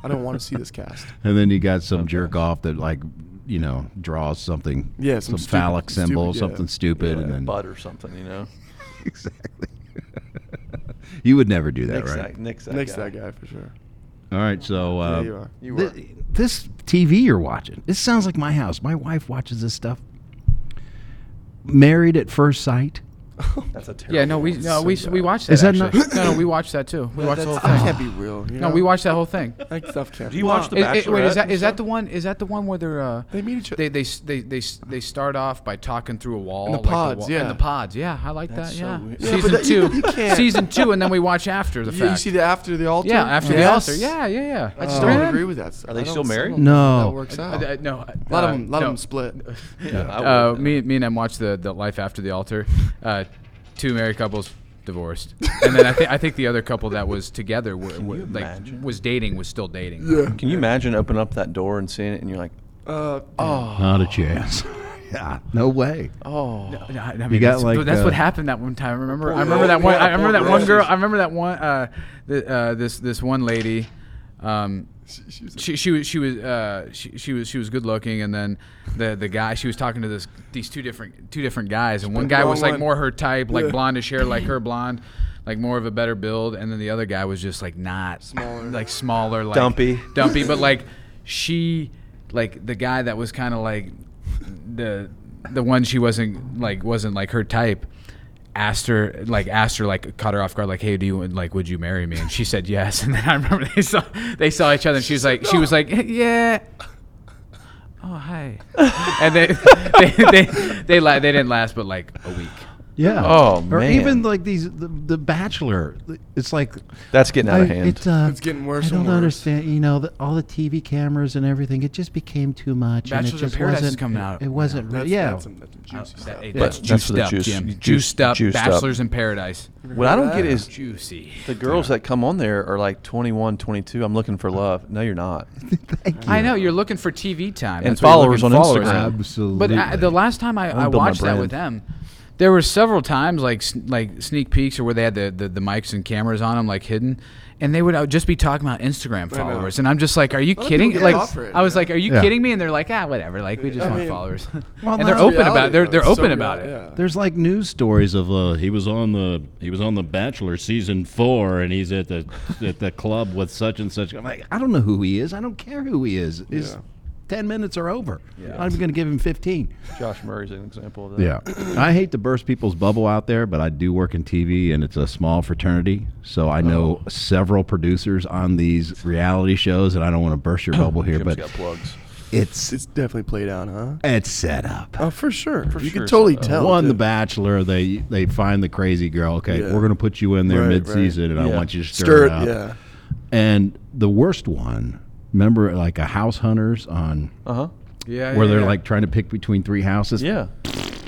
Speaker 7: I don't want to see this cast.
Speaker 4: And then you got some jerk off that like you know draws something,
Speaker 7: Yeah,
Speaker 4: some,
Speaker 7: some stupid-
Speaker 4: phallic
Speaker 7: stupid,
Speaker 4: symbol,
Speaker 7: yeah.
Speaker 4: something stupid,
Speaker 6: Yeah,
Speaker 4: and then
Speaker 6: butt or something, you know.
Speaker 4: exactly. you would never do that,
Speaker 6: Nick's
Speaker 4: right?
Speaker 6: that, Nick's that
Speaker 7: Next
Speaker 6: guy.
Speaker 7: that guy for sure.
Speaker 4: All right, so uh,
Speaker 7: Yeah, you are.
Speaker 6: You
Speaker 4: thi-
Speaker 6: are.
Speaker 4: this TV you're watching, this sounds like my house. My wife watches this stuff. Married at first sight.
Speaker 6: That's a terrible.
Speaker 5: Yeah, no, we no, we we watched that.
Speaker 4: Is that
Speaker 5: actually.
Speaker 4: not-
Speaker 5: no, no, we watched that too. We watched the whole
Speaker 7: That
Speaker 5: thing.
Speaker 7: can't be real. You
Speaker 5: No,
Speaker 7: know?
Speaker 5: we watched that whole thing.
Speaker 7: that stuff can't.
Speaker 6: Do
Speaker 7: Be
Speaker 6: you watch The
Speaker 5: Is- is- wait,
Speaker 6: Bachelorette
Speaker 5: is that
Speaker 6: and
Speaker 5: is that
Speaker 6: stuff?
Speaker 5: the one? Is that the one where they're uh,
Speaker 7: They meet each other.
Speaker 5: they they s- they they s- they start off by talking through a wall.
Speaker 7: And the
Speaker 5: like
Speaker 7: pods,
Speaker 5: wall-
Speaker 7: yeah.
Speaker 5: And the pods, yeah. I like that.
Speaker 7: so
Speaker 5: Yeah.
Speaker 7: weird. Yeah, but
Speaker 5: Season
Speaker 7: that- you-
Speaker 5: two,
Speaker 7: you can't.
Speaker 5: season two, and then we watch after the
Speaker 7: Yeah, you
Speaker 5: fact.
Speaker 7: see the after the altar.
Speaker 5: yeah, after the
Speaker 7: Yes.
Speaker 5: altar. Yeah, yeah, yeah.
Speaker 7: I just don't agree with that. Are
Speaker 6: they still married?
Speaker 4: No.
Speaker 7: that works out.
Speaker 5: Uh, no, uh,
Speaker 7: a lot of them, lot
Speaker 5: no.
Speaker 7: of them split.
Speaker 5: Uh, me, me and Em watched the, the Life After the Altar. Uh, two married couples divorced, and then I, think I think the other couple that was together were, were,
Speaker 6: you
Speaker 5: like
Speaker 6: imagine?
Speaker 5: was dating was still dating.
Speaker 6: Can you imagine opening up that door and seeing it, and you're like,
Speaker 7: Uh, oh,
Speaker 4: Not a chance. yeah, no way.
Speaker 5: No, no, I mean,
Speaker 4: got
Speaker 5: that's,
Speaker 4: like,
Speaker 5: that's what
Speaker 4: uh,
Speaker 5: happened that one time. Remember, I
Speaker 7: Poor
Speaker 5: remember
Speaker 7: girl.
Speaker 5: that one. I
Speaker 7: Yeah,
Speaker 5: remember
Speaker 7: poor
Speaker 5: that one
Speaker 7: girl.
Speaker 5: girl. I remember that one. Uh, the, uh, this this one lady, um, she she was she was uh, she, she was she was good looking, and then the the guy she was talking to this these two different two different guys, and one guy was
Speaker 7: wrong
Speaker 5: like
Speaker 7: one.
Speaker 5: more her type, like blondish hair, like her blonde, like more of a better build, and then the other guy was just like not smaller, like smaller, like
Speaker 6: Dumpy.
Speaker 5: dumpy, but like she like the guy that was kind of like the the one she wasn't like wasn't like her type asked her like asked her like caught her off guard like hey do you like would you marry me and she said yes and then I remember they saw they saw each other and she was like she was like yeah oh hi and they they they, they, la- they didn't last but like a week
Speaker 4: Yeah.
Speaker 6: Oh,
Speaker 4: or
Speaker 6: man.
Speaker 4: even like these the, the Bachelor. It's like
Speaker 6: That's getting out of
Speaker 4: I-
Speaker 6: hand.
Speaker 4: It, uh,
Speaker 7: It's getting worse
Speaker 4: I don't
Speaker 7: and worse.
Speaker 4: understand. You know, the, all the TV cameras and everything. It just became too much. and
Speaker 5: Bachelors
Speaker 4: it
Speaker 5: in
Speaker 4: just
Speaker 5: Paradise is
Speaker 4: wasn't,
Speaker 5: coming out.
Speaker 4: It wasn't.
Speaker 7: That's,
Speaker 4: re- yeah.
Speaker 7: That's some, that's some juicy stuff.
Speaker 5: That- hey,
Speaker 6: But
Speaker 5: that's
Speaker 6: that's
Speaker 5: juiced
Speaker 6: for the
Speaker 5: up
Speaker 6: juice.
Speaker 5: Jim
Speaker 6: Juice-
Speaker 5: juiced up
Speaker 6: juiced up.
Speaker 5: bachelors in paradise
Speaker 6: What I don't get is
Speaker 5: juicy
Speaker 6: the girls that come on there are like 21, 22. I'm looking for love. No, you're not.
Speaker 5: I know you're looking for TV time
Speaker 6: And
Speaker 5: That's what you're
Speaker 6: followers
Speaker 5: looking
Speaker 6: on
Speaker 5: for,
Speaker 6: Instagram.
Speaker 5: But I, the last time I,
Speaker 6: wanna
Speaker 5: I
Speaker 6: build my
Speaker 5: watched that with them, there were several times like s- like sneak peeks or where they had the, the, the mics and cameras on them like hidden, and they would uh, just be talking about Instagram followers, and I'm just like, are you
Speaker 7: of
Speaker 5: kidding?
Speaker 7: people get
Speaker 5: Like
Speaker 7: off for it,
Speaker 5: I was
Speaker 7: yeah.
Speaker 5: like, are you
Speaker 4: Yeah.
Speaker 5: kidding me? And they're like, ah, whatever. Like we just want
Speaker 7: mean,
Speaker 5: followers,
Speaker 4: well,
Speaker 5: and they're
Speaker 4: that's
Speaker 5: open
Speaker 7: reality,
Speaker 5: about they're
Speaker 7: though.
Speaker 5: they're
Speaker 7: It's so
Speaker 5: open about
Speaker 7: real-
Speaker 5: it.
Speaker 7: yeah.
Speaker 4: There's like news stories of uh,
Speaker 11: He was on the he was on the Bachelor season four, and he's at the at the club with such and such.
Speaker 4: I'm like, I don't know who he is. I don't care who he is. His
Speaker 7: Yeah.
Speaker 4: ten minutes are over. I'm even going to give him fifteen.
Speaker 6: Josh Murray's an example of that.
Speaker 4: Yeah, I hate to burst people's bubble out there, but I do work in TV, and it's a small fraternity, so I know
Speaker 6: Uh-huh.
Speaker 4: several producers on these reality shows, and I don't want to burst your bubble here,
Speaker 6: Jim's
Speaker 4: but
Speaker 6: got plugs.
Speaker 4: it's
Speaker 7: It's definitely played out, huh?
Speaker 4: it's set up.
Speaker 7: Oh, for sure. you
Speaker 6: sure
Speaker 7: can totally
Speaker 6: it's
Speaker 7: tell.
Speaker 4: One,
Speaker 7: too.
Speaker 4: The Bachelor, they they find the crazy girl. Okay,
Speaker 7: Yeah.
Speaker 4: we're going to put you in there
Speaker 7: Right,
Speaker 4: mid season, and
Speaker 6: Yeah.
Speaker 4: I want you to stir,
Speaker 7: Stir
Speaker 4: it
Speaker 7: it,
Speaker 4: up.
Speaker 7: yeah.
Speaker 4: And the worst one, remember, like a House Hunters on
Speaker 6: Uh huh.
Speaker 5: Yeah,
Speaker 4: where
Speaker 5: yeah,
Speaker 4: they're
Speaker 5: yeah.
Speaker 4: like trying to pick between three houses.
Speaker 6: Yeah.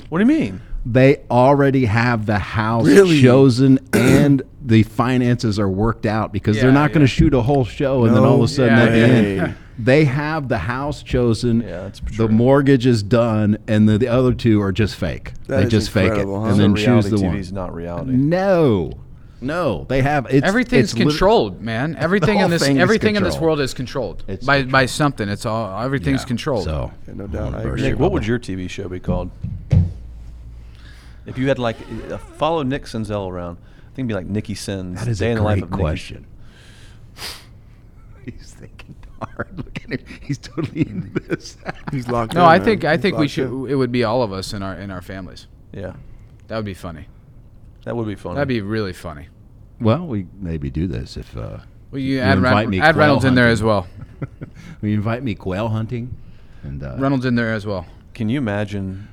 Speaker 6: What do you mean?
Speaker 4: they already have the house
Speaker 7: Really?
Speaker 4: chosen and the finances are worked out because they're
Speaker 5: Yeah,
Speaker 4: not going
Speaker 5: yeah.
Speaker 4: to shoot a whole show and then all of
Speaker 7: No
Speaker 4: a sudden at the
Speaker 7: way.
Speaker 4: end they have the house chosen
Speaker 6: Yeah, that's
Speaker 4: the
Speaker 6: true.
Speaker 4: mortgage is done and the, the other two are just fake
Speaker 7: That
Speaker 4: they
Speaker 7: is
Speaker 4: just fake it
Speaker 7: incredible, huh?
Speaker 4: and then
Speaker 6: So
Speaker 4: choose
Speaker 6: reality
Speaker 4: the
Speaker 6: TV
Speaker 4: one
Speaker 6: is not reality.
Speaker 4: no no they have it's,
Speaker 5: Everything's
Speaker 4: it's lit-
Speaker 5: controlled, man. Everything
Speaker 4: whole
Speaker 5: in this
Speaker 4: thing is
Speaker 5: everything in this
Speaker 4: controlled.
Speaker 5: world is controlled
Speaker 4: It's
Speaker 5: by by something. It's all everything's
Speaker 4: Yeah,
Speaker 5: controlled.
Speaker 4: so
Speaker 7: Yeah, no doubt. I
Speaker 4: burst
Speaker 7: agree.
Speaker 6: Nick, what would your TV show be called? If you had like uh, follow Nick Senzel around, I think it'd be like Nicky Sins.
Speaker 4: that is
Speaker 6: Day
Speaker 4: a
Speaker 6: in the life of
Speaker 4: great
Speaker 6: Nicky.
Speaker 4: question he's thinking hard look at him he's totally in this
Speaker 7: He's locked
Speaker 5: No,
Speaker 7: in,
Speaker 5: I
Speaker 7: man.
Speaker 5: think I
Speaker 7: He's
Speaker 5: think we
Speaker 7: locked
Speaker 5: should.
Speaker 7: in.
Speaker 5: It would be all of us in our in our families.
Speaker 6: Yeah,
Speaker 5: That would be funny.
Speaker 6: that would be fun.
Speaker 5: That'd be really funny.
Speaker 4: well we maybe do this if uh
Speaker 5: Well, you,
Speaker 4: You
Speaker 5: add,
Speaker 4: invite
Speaker 5: Ren-
Speaker 4: me
Speaker 5: add
Speaker 4: quail
Speaker 5: Reynolds in there
Speaker 4: hunting.
Speaker 5: as well.
Speaker 4: Will you invite me quail hunting? And uh,
Speaker 5: Reynolds in there as well.
Speaker 6: Can you imagine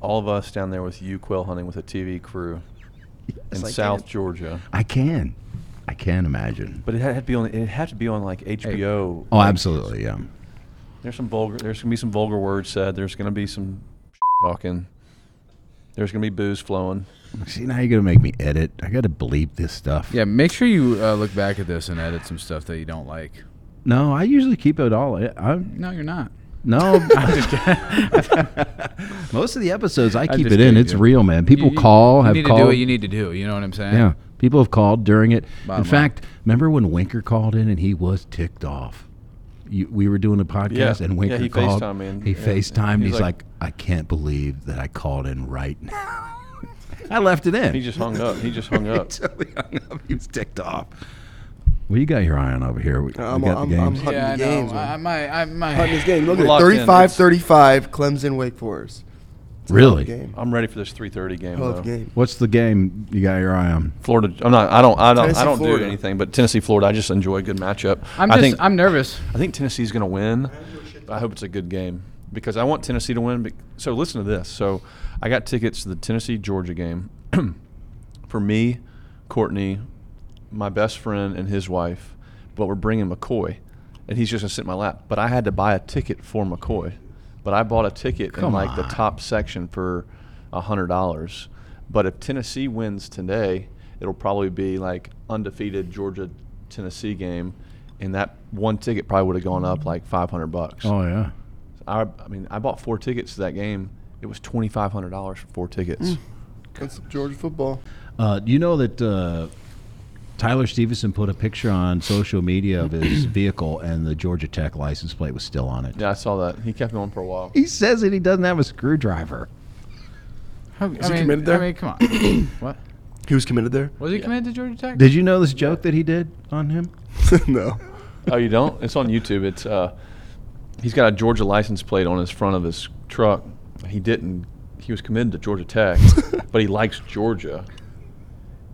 Speaker 6: all of us down there with you quail hunting with a TV crew in
Speaker 4: I
Speaker 6: South Georgia?
Speaker 4: I can, I can imagine.
Speaker 6: But it had to be on. It had to be on like HBO.
Speaker 4: Oh, absolutely, yeah.
Speaker 6: There's some vulgar. There's gonna be some vulgar words said. There's gonna be some talking. There's gonna be booze flowing.
Speaker 4: See, now you're gonna make me edit. I gotta bleep this stuff.
Speaker 5: Yeah, make sure you uh, look back at this and edit some stuff that you don't like.
Speaker 4: No, I usually keep it all. I- I'm
Speaker 5: No, you're not.
Speaker 4: no. Most of the episodes I keep
Speaker 5: just
Speaker 4: it in.
Speaker 5: kidding,
Speaker 4: It's
Speaker 5: dude.
Speaker 4: real, man. People
Speaker 5: You- you-
Speaker 4: call,
Speaker 5: You
Speaker 4: have
Speaker 5: need
Speaker 4: called.
Speaker 5: to do what you need to do. You know what I'm saying?
Speaker 4: yeah, people have called during it. in
Speaker 5: Bottom line.
Speaker 4: fact, remember when Winker called in and he was ticked off. You, we were doing a podcast
Speaker 6: Yeah.
Speaker 4: and Winker
Speaker 6: Yeah, he
Speaker 4: called.
Speaker 6: FaceTimed me and-
Speaker 4: he
Speaker 6: yeah.
Speaker 4: FaceTimed.
Speaker 6: He's
Speaker 4: He's,
Speaker 6: like-
Speaker 4: like, I can't believe that I called in right now. I left it in.
Speaker 6: He just hung up. He just hung up.
Speaker 4: totally hung up. He was ticked off. Well, you got your eye on over here. We, we
Speaker 7: I'm-
Speaker 4: got
Speaker 7: I'm-
Speaker 4: the
Speaker 7: I'm
Speaker 4: games.
Speaker 7: hot- Hunting
Speaker 5: Yeah,
Speaker 7: the
Speaker 5: I
Speaker 7: games,
Speaker 5: know.
Speaker 7: man.
Speaker 5: I, I might. I might.
Speaker 7: Hot in this game. Look at it.
Speaker 6: Locked in.
Speaker 7: 35 35, Clemson, Wake Forest.
Speaker 4: really?
Speaker 7: Game.
Speaker 6: I'm ready for this 3:30 game.
Speaker 7: Hell
Speaker 6: though.
Speaker 7: of a game.
Speaker 4: What's the game you got your eye on?
Speaker 6: Florida. I'm not. I don't. I don't. I
Speaker 7: Tennessee,
Speaker 6: don't
Speaker 7: Florida.
Speaker 6: do anything. But Tennessee, Florida. I just enjoy a good matchup.
Speaker 5: I'm
Speaker 6: I
Speaker 5: just.
Speaker 6: think.
Speaker 5: I'm nervous.
Speaker 6: I think Tennessee's going to win. but I hope it's a good game because I want Tennessee to win. bec- So listen to this. So I got tickets to the Tennessee Georgia game for me, Courtney, my best friend, and his wife. But we're bringing McCoy, and he's just going to sit in my lap. But I had to buy a ticket for McCoy. But I bought a ticket in
Speaker 4: Come
Speaker 6: like the
Speaker 4: on.
Speaker 6: top section for hundred dollars. But if Tennessee wins today, it'll probably be like undefeated Georgia Tennessee game, and that one ticket probably would have gone up like five hundred bucks.
Speaker 4: Oh yeah.
Speaker 6: I, I mean, I bought four tickets to that game. It was twenty five hundred
Speaker 4: Mm.
Speaker 6: dollars for four tickets.
Speaker 7: That's Georgia football.
Speaker 4: Uh, do you know that uh, Tyler Stevenson put a picture on social media of his vehicle, and the Georgia Tech license plate was still on it.
Speaker 6: Yeah, I saw that. He kept going for a while.
Speaker 4: He says that he doesn't have a screwdriver.
Speaker 5: How,
Speaker 7: Is he committed there?
Speaker 5: I mean, come on. what?
Speaker 7: He was committed there.
Speaker 5: Was he committed to Georgia Tech?
Speaker 4: Did you know this joke that he did on him?
Speaker 7: no.
Speaker 6: Oh, you don't? It's on YouTube. It's uh, he's got a Georgia license plate on his front of his truck. He didn't. He was committed to Georgia Tech, but he likes Georgia.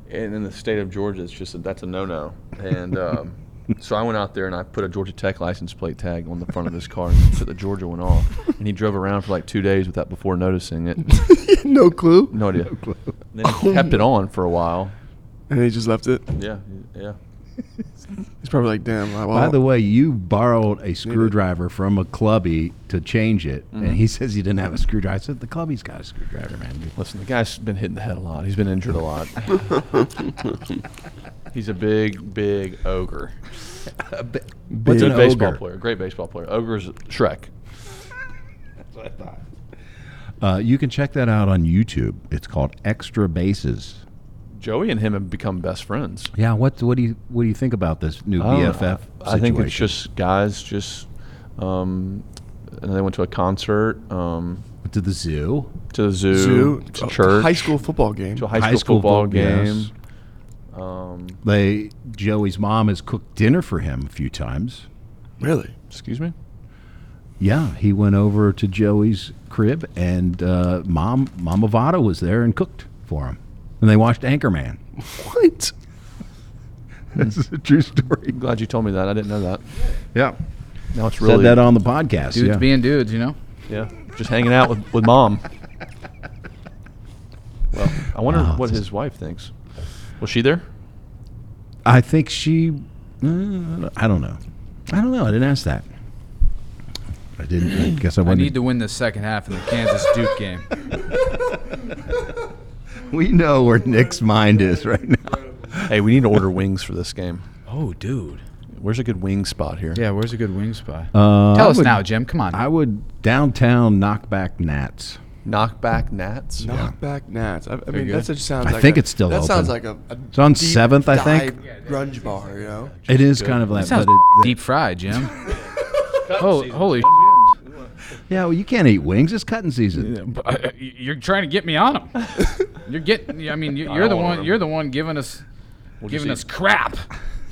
Speaker 6: And in the state of Georgia, it's just a, that's a no-no. And um, so I went out there and I put a Georgia Tech license plate tag on the front of his car and put the Georgia one off. And he drove around for like two days without before noticing it.
Speaker 7: no clue. Oh,
Speaker 6: No idea. Then he kept it on for a while.
Speaker 7: And he just left it.
Speaker 6: Yeah, yeah.
Speaker 7: He's probably like, damn. Well,
Speaker 6: Oh.
Speaker 4: By the way, you borrowed a screwdriver from a clubby to change it,
Speaker 6: Mm-hmm.
Speaker 4: and he says he didn't have a screwdriver. I said the clubby's got a screwdriver, man.
Speaker 6: Listen, the guy's been hitting the head a lot. He's been injured a lot. He's a big, big ogre.
Speaker 4: What's
Speaker 6: Good
Speaker 4: an
Speaker 6: baseball
Speaker 4: ogre?
Speaker 6: player. Great baseball player. Ogre's Shrek.
Speaker 4: Uh, you can check that out on YouTube. It's called Extra Bases.
Speaker 6: Joey and him have become best friends.
Speaker 4: Yeah, what what do you what do you think about this new
Speaker 6: I don't know.
Speaker 4: BFF? Situation?
Speaker 6: Oh, I think it's just guys just. Um, and they went to a concert, um,
Speaker 4: to the zoo.
Speaker 6: to the zoo,
Speaker 7: Zoo.
Speaker 6: to
Speaker 7: Oh,
Speaker 6: church,
Speaker 7: High school football game.
Speaker 6: to a high school,
Speaker 4: High school
Speaker 6: football
Speaker 4: fo-
Speaker 6: game.
Speaker 4: yes.
Speaker 6: Um,
Speaker 4: They Joey's mom has cooked dinner for him a few times.
Speaker 7: Really?
Speaker 6: excuse me.
Speaker 4: Yeah, he went over to Joey's crib, and uh, mom Mama Vada was there and cooked for him, and they watched Anchorman.
Speaker 7: What?
Speaker 4: this is a true story.
Speaker 6: I'm glad you told me that. I didn't know that.
Speaker 4: Yeah,
Speaker 6: Now it's really
Speaker 4: said that on the podcast.
Speaker 5: Dudes
Speaker 4: yeah.
Speaker 5: being dudes, you know?
Speaker 6: Yeah, just hanging out with, with mom. Well, I wonder
Speaker 4: Wow,
Speaker 6: what
Speaker 4: this
Speaker 6: his wife thinks. Was she there?
Speaker 4: I think she. Uh, I don't know. I don't know. I didn't ask that. I didn't. I guess I
Speaker 5: I
Speaker 4: wanted.
Speaker 5: need to win the second half in the Kansas Duke game.
Speaker 4: we know where Nick's mind is right now.
Speaker 6: Hey, we need to order wings for this game.
Speaker 5: Oh, dude.
Speaker 6: Where's a good wing spot here?
Speaker 5: Yeah, where's a good wing spot?
Speaker 4: Uh,
Speaker 5: Tell
Speaker 4: I
Speaker 5: us
Speaker 4: would-
Speaker 5: now, Jim. Come on.
Speaker 4: I would downtown knockback Nats.
Speaker 6: Knockback Nats.
Speaker 7: Knockback Nats. I, I mean,
Speaker 5: good.
Speaker 7: that just sounds.
Speaker 4: I
Speaker 7: like
Speaker 4: think
Speaker 7: a-
Speaker 4: it's still
Speaker 7: That sounds like
Speaker 4: open.
Speaker 7: a. a
Speaker 4: It's on 7th, I think.
Speaker 7: dive Grunge bar, you know.
Speaker 4: It is kind of like
Speaker 5: sounds
Speaker 4: but it-
Speaker 5: deep fried, Jim. oh, holy!
Speaker 4: Yeah, well, you can't eat wings. It's cutting season.
Speaker 5: uh, You're trying to get me on them. You're getting. I mean, you're, you're the
Speaker 6: don't
Speaker 5: one.
Speaker 6: want 'em.
Speaker 5: You're the one giving us, giving us crap.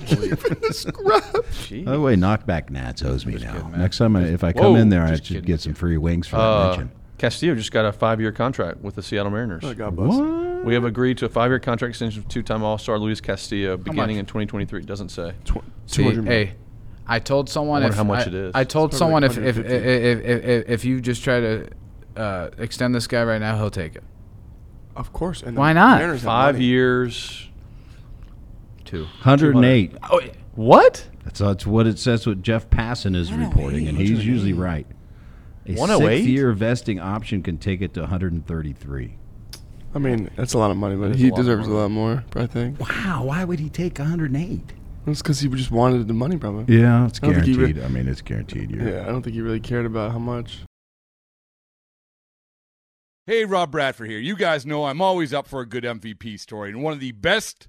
Speaker 4: By the way, knockback Nats owes me now. Next time, I, if I come
Speaker 6: Whoa,
Speaker 4: in there, I
Speaker 5: just
Speaker 4: should
Speaker 5: kidding,
Speaker 4: get some free wings for that
Speaker 6: Uh,
Speaker 4: mention.
Speaker 6: Castillo just got a five-year contract with the Seattle Mariners.
Speaker 7: Oh, God bless.
Speaker 4: What?
Speaker 6: We have agreed to a five-year contract extension of two-time All-Star Luis Castillo beginning
Speaker 5: much?
Speaker 6: in 2023. It doesn't say.
Speaker 5: See,
Speaker 7: 200 mil.
Speaker 5: hey, I told someone
Speaker 6: I wonder
Speaker 5: if
Speaker 6: how much
Speaker 5: I,
Speaker 6: it is.
Speaker 5: I told
Speaker 7: It's probably
Speaker 5: someone if, if,
Speaker 7: like
Speaker 5: if,
Speaker 7: 150.
Speaker 5: if, if, if you just try to uh, extend this guy right now, he'll take it.
Speaker 7: Of course. And
Speaker 5: Why
Speaker 7: the
Speaker 5: not?
Speaker 7: Mariners have
Speaker 6: Five
Speaker 7: money.
Speaker 6: years.
Speaker 5: Two.
Speaker 4: 108.
Speaker 5: Oh, yeah.
Speaker 6: What?
Speaker 4: That's, that's what it says what Jeff Passan is reporting, and he's usually right. A
Speaker 6: 108?
Speaker 4: six-year vesting option can take it to 133.
Speaker 7: I mean, that's a lot of money, but
Speaker 6: That's a
Speaker 7: he
Speaker 6: lot of
Speaker 7: deserves a
Speaker 6: money.
Speaker 7: lot more. I think.
Speaker 4: Wow, why would he take 108?
Speaker 7: It's because he just wanted the money, probably.
Speaker 4: Yeah, it's
Speaker 7: I don't think he re-
Speaker 4: guaranteed. I mean, it's guaranteed. You're,
Speaker 7: Yeah, I don't think he really cared about how much.
Speaker 12: Hey, Rob Bradford here. You guys know I'm always up for a good MVP story, and one of the best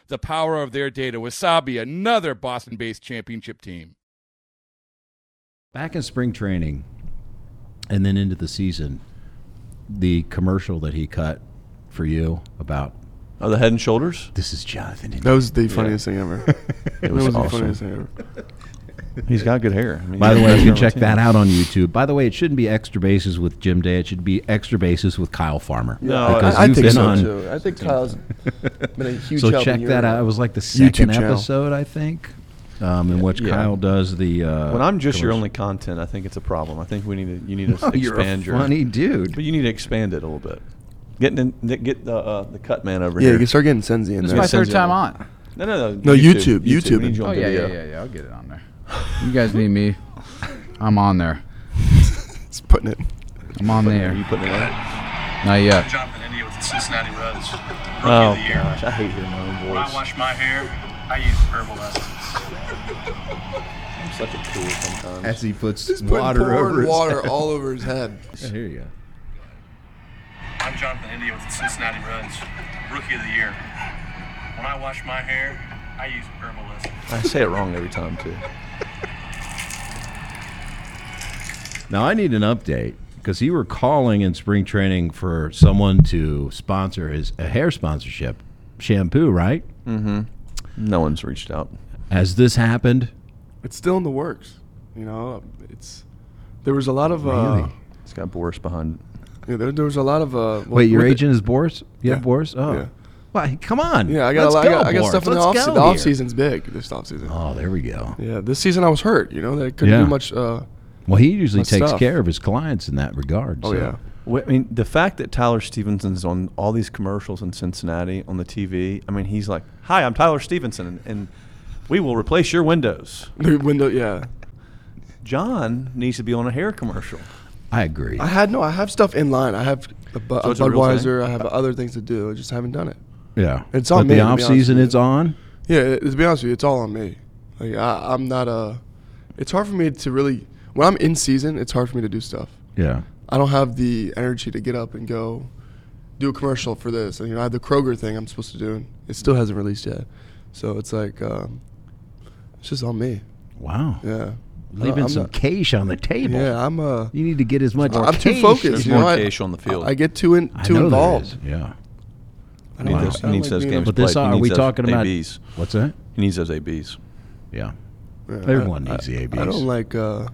Speaker 12: the power of their data. Wasabi, another Boston based championship team.
Speaker 4: Back in spring training and then into the season, the commercial that he cut for you about
Speaker 6: Oh, the Head and Shoulders.
Speaker 4: this is Jonathan.
Speaker 7: That was the funniest thing ever. it
Speaker 6: was
Speaker 7: was, the
Speaker 6: awesome.
Speaker 7: funniest thing ever.
Speaker 6: He's got good hair. I mean,
Speaker 4: By the
Speaker 6: he's
Speaker 4: way,
Speaker 6: got
Speaker 4: you can
Speaker 6: good
Speaker 4: check that
Speaker 6: routine.
Speaker 4: out on YouTube. By the way, it shouldn't be extra bases with Jim Day. It should be extra bases with Kyle Farmer.
Speaker 6: No,
Speaker 4: because
Speaker 6: I- I
Speaker 4: you've
Speaker 6: think
Speaker 4: been
Speaker 6: so,
Speaker 4: on.
Speaker 7: too. I think Kyle's been a huge
Speaker 4: So
Speaker 7: help in
Speaker 4: check
Speaker 7: your,
Speaker 4: that out.
Speaker 7: uh,
Speaker 4: It was like the
Speaker 7: YouTube
Speaker 4: second
Speaker 7: channel.
Speaker 4: episode, I think, um, in which Kyle does the. Uh,
Speaker 6: when I'm just your
Speaker 4: commercial.
Speaker 6: only content, I think it's a problem. I think we need to you need to
Speaker 4: No,
Speaker 6: expand
Speaker 4: you're a
Speaker 6: your
Speaker 4: funny dude.
Speaker 6: But you need to expand it a little bit. Getting in, Nick, get the uh, the cut man over
Speaker 7: Yeah,
Speaker 6: here.
Speaker 7: you can start getting Senzi in
Speaker 5: This is
Speaker 7: there.
Speaker 5: my third
Speaker 6: Senzi
Speaker 5: time
Speaker 6: on.
Speaker 5: on.
Speaker 6: No, no, no.
Speaker 7: No,
Speaker 6: YouTube.
Speaker 7: YouTube, YouTube.
Speaker 6: We need you on
Speaker 5: Oh yeah,
Speaker 6: video.
Speaker 5: yeah, yeah, yeah. I'll get it on there. You guys need me. I'm on there.
Speaker 7: It's putting it.
Speaker 5: I'm on there.
Speaker 6: You putting it on?
Speaker 5: Not yet.
Speaker 13: Jonathan India with the Cincinnati Reds. Rookie
Speaker 6: Oh
Speaker 13: of the year.
Speaker 6: gosh, I hate hearing my
Speaker 13: When
Speaker 6: own
Speaker 13: I
Speaker 6: voice.
Speaker 13: wash my hair, I use Herbalife.
Speaker 6: I'm such a tool sometimes.
Speaker 4: As he puts
Speaker 7: Just putting
Speaker 4: water
Speaker 7: pouring
Speaker 4: over his
Speaker 7: water
Speaker 4: head.
Speaker 7: all over his head.
Speaker 4: Yeah, here you go.
Speaker 13: I'm Jonathan India with the Cincinnati Reds. Rookie of the year. When I wash my hair, I use Herbalife.
Speaker 6: I say it wrong every time too.
Speaker 4: Now I need an update because you were calling in spring training for someone to sponsor his a hair sponsorship shampoo, right?
Speaker 6: Mm-hmm. No one's reached out.
Speaker 4: Has this happened?
Speaker 7: It's still in the works. You know, it's there was a lot of uh,
Speaker 4: Really?
Speaker 6: It's got Boris behind it.
Speaker 7: yeah, there, there was a lot of uh,
Speaker 4: Wait, your
Speaker 7: with it-
Speaker 4: agent is Boris? You have
Speaker 7: Yeah.
Speaker 4: Boris? Oh.
Speaker 7: Yeah.
Speaker 4: Why, come on.
Speaker 7: Yeah, I got
Speaker 4: Let's
Speaker 7: a lot, I,
Speaker 4: go,
Speaker 7: got, I got
Speaker 4: Boris.
Speaker 7: stuff in the
Speaker 4: Let's
Speaker 7: off,
Speaker 4: go
Speaker 7: the off
Speaker 4: here.
Speaker 7: season's big. This off season.
Speaker 4: Oh, there we go.
Speaker 7: Yeah, this season I was hurt. You know, that I couldn't
Speaker 4: Yeah.
Speaker 7: do much. Uh,
Speaker 4: Well, he usually
Speaker 7: my
Speaker 4: takes
Speaker 7: stuff.
Speaker 4: care of his clients in that regard.
Speaker 7: Oh,
Speaker 4: so.
Speaker 7: yeah.
Speaker 6: Wh- I mean, the fact that Tyler Stevenson's on all these commercials in Cincinnati on the TV, I mean, he's like, "Hi, I'm Tyler Stevenson, and, and we will replace your windows."
Speaker 7: The window, yeah.
Speaker 6: John needs to be on a hair commercial.
Speaker 4: I agree.
Speaker 7: I had no. I have stuff in line. I have a, bu-
Speaker 6: So
Speaker 7: a
Speaker 6: it's a real
Speaker 7: Budweiser.
Speaker 6: thing?
Speaker 7: I have other things to do. I just haven't done it.
Speaker 4: yeah.
Speaker 7: It's on
Speaker 4: but
Speaker 7: me,
Speaker 4: the
Speaker 7: to be
Speaker 4: off
Speaker 7: honest
Speaker 4: season
Speaker 7: with
Speaker 4: it's on.
Speaker 7: Yeah, it- to be honest with you, it's all on me. Like I, I'm not a. It's hard for me to really when I'm in season. It's hard for me to do stuff.
Speaker 4: Yeah.
Speaker 7: I don't have the energy to get up and go do a commercial for this. And, you know, I have the Kroger thing I'm supposed to do, and it still hasn't released yet. So it's like, um, it's just on me.
Speaker 4: Wow.
Speaker 7: Yeah.
Speaker 4: Leaving
Speaker 7: I'm
Speaker 4: some
Speaker 7: not-
Speaker 4: cash on the table.
Speaker 7: Yeah, I'm. Uh,
Speaker 4: You need to get as much.
Speaker 7: I'm too
Speaker 4: cash
Speaker 7: focused.
Speaker 6: There's
Speaker 7: You know,
Speaker 6: more
Speaker 7: I,
Speaker 6: cash on the field.
Speaker 7: I get too in,
Speaker 4: I
Speaker 7: too
Speaker 4: know there
Speaker 7: involved.
Speaker 4: is, Yeah.
Speaker 7: I
Speaker 6: He
Speaker 7: don't
Speaker 6: needs,
Speaker 7: like- I
Speaker 6: he
Speaker 7: don't
Speaker 6: needs
Speaker 7: like
Speaker 6: those
Speaker 7: being in
Speaker 6: games
Speaker 4: But this
Speaker 6: played. He
Speaker 4: are
Speaker 6: needs
Speaker 4: we
Speaker 6: those
Speaker 4: talking about?
Speaker 6: ABs.
Speaker 4: What's that?
Speaker 6: He needs those ABs.
Speaker 4: Yeah.
Speaker 7: Yeah,
Speaker 4: Everyone
Speaker 7: I-
Speaker 4: needs
Speaker 7: I-
Speaker 4: the ABs.
Speaker 7: I don't like uh,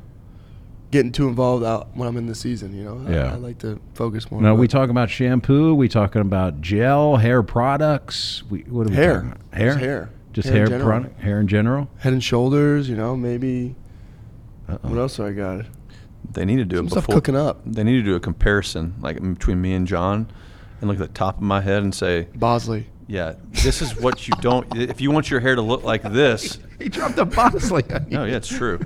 Speaker 7: getting too involved out when I'm in the season. You know, I-
Speaker 4: Yeah.
Speaker 7: I, like to focus more.
Speaker 4: Now
Speaker 7: but-
Speaker 4: we talking about shampoo. We talking about gel, hair products. We what are we
Speaker 7: Hair.
Speaker 4: talking about? Hair,
Speaker 7: Just hair.
Speaker 4: just
Speaker 7: Hair
Speaker 4: hair,
Speaker 7: in general.
Speaker 4: product, hair in general.
Speaker 7: Head and Shoulders. You know, maybe.
Speaker 4: Uh-oh.
Speaker 7: What else do I got?
Speaker 6: They need to do
Speaker 7: Some
Speaker 6: it
Speaker 7: stuff
Speaker 6: before
Speaker 7: cooking up.
Speaker 6: They need to do a comparison, like in between me and John, and look at the top of my head and say,
Speaker 7: Bosley.
Speaker 6: "Yeah, this is what you don't. If you want your hair to look like this,
Speaker 4: He dropped a Bosley.
Speaker 6: No, yeah, it's true.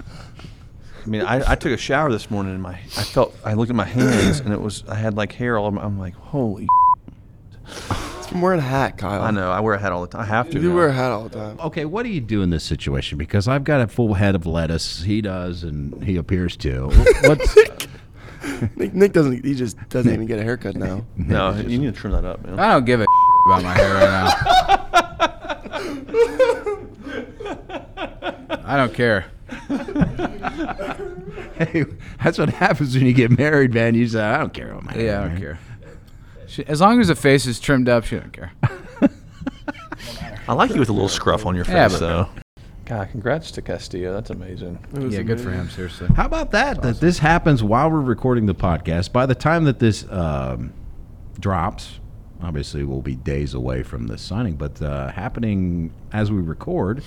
Speaker 6: I mean, I, I took a shower this morning and my I felt I looked at my hands and it was I had like hair all. over my- I'm like, holy.
Speaker 7: It's from wearing a hat, Kyle.
Speaker 6: I know. I wear a hat all the time. I have to.
Speaker 7: You do
Speaker 6: now.
Speaker 7: wear a hat all the time.
Speaker 4: Okay, what do you do in this situation? Because I've got a full head of lettuce. He does, and he appears to. What's
Speaker 7: Nick, Nick doesn't. He just doesn't even get a haircut now.
Speaker 6: No, you need to trim that up, man.
Speaker 5: I don't give a about my hair right now. I don't care.
Speaker 4: hey, that's what happens when you get married, man. You say, I don't care about my hair.
Speaker 5: Yeah, I don't
Speaker 4: man."
Speaker 5: care. She, as long as the face is trimmed up, she don't care.
Speaker 6: I like you with a little scruff on your face
Speaker 5: Yeah, but-
Speaker 6: though. God, congrats to Castillo. That's amazing.
Speaker 5: Yeah, good for him. Seriously.
Speaker 4: How about that? That this happens while we're recording the podcast. By the time that this um, drops, obviously we'll be days away from the signing, but uh, happening as we record,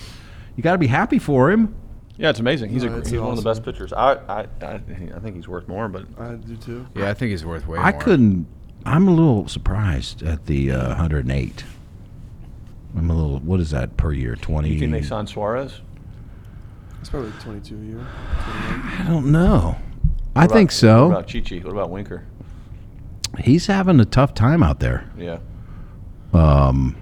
Speaker 4: you got to be happy for him.
Speaker 6: Yeah, it's amazing. He's,
Speaker 7: No,
Speaker 6: a,
Speaker 7: that's
Speaker 6: he's one of the
Speaker 7: awesome.
Speaker 6: best pitchers. I, I, I, I think he's worth more, but
Speaker 7: I do too.
Speaker 5: Yeah, I think he's worth way
Speaker 4: I
Speaker 5: more.
Speaker 4: couldn't. I'm a little surprised at the uh, 108. I'm a little. What is that per year? 20.
Speaker 6: you think they signed Suarez?
Speaker 7: It's probably 22 a year.
Speaker 4: I don't know. I
Speaker 6: What about-
Speaker 4: think so.
Speaker 6: What about Chichi? What about Winker?
Speaker 4: He's having a tough time out there.
Speaker 6: Yeah.
Speaker 4: Um,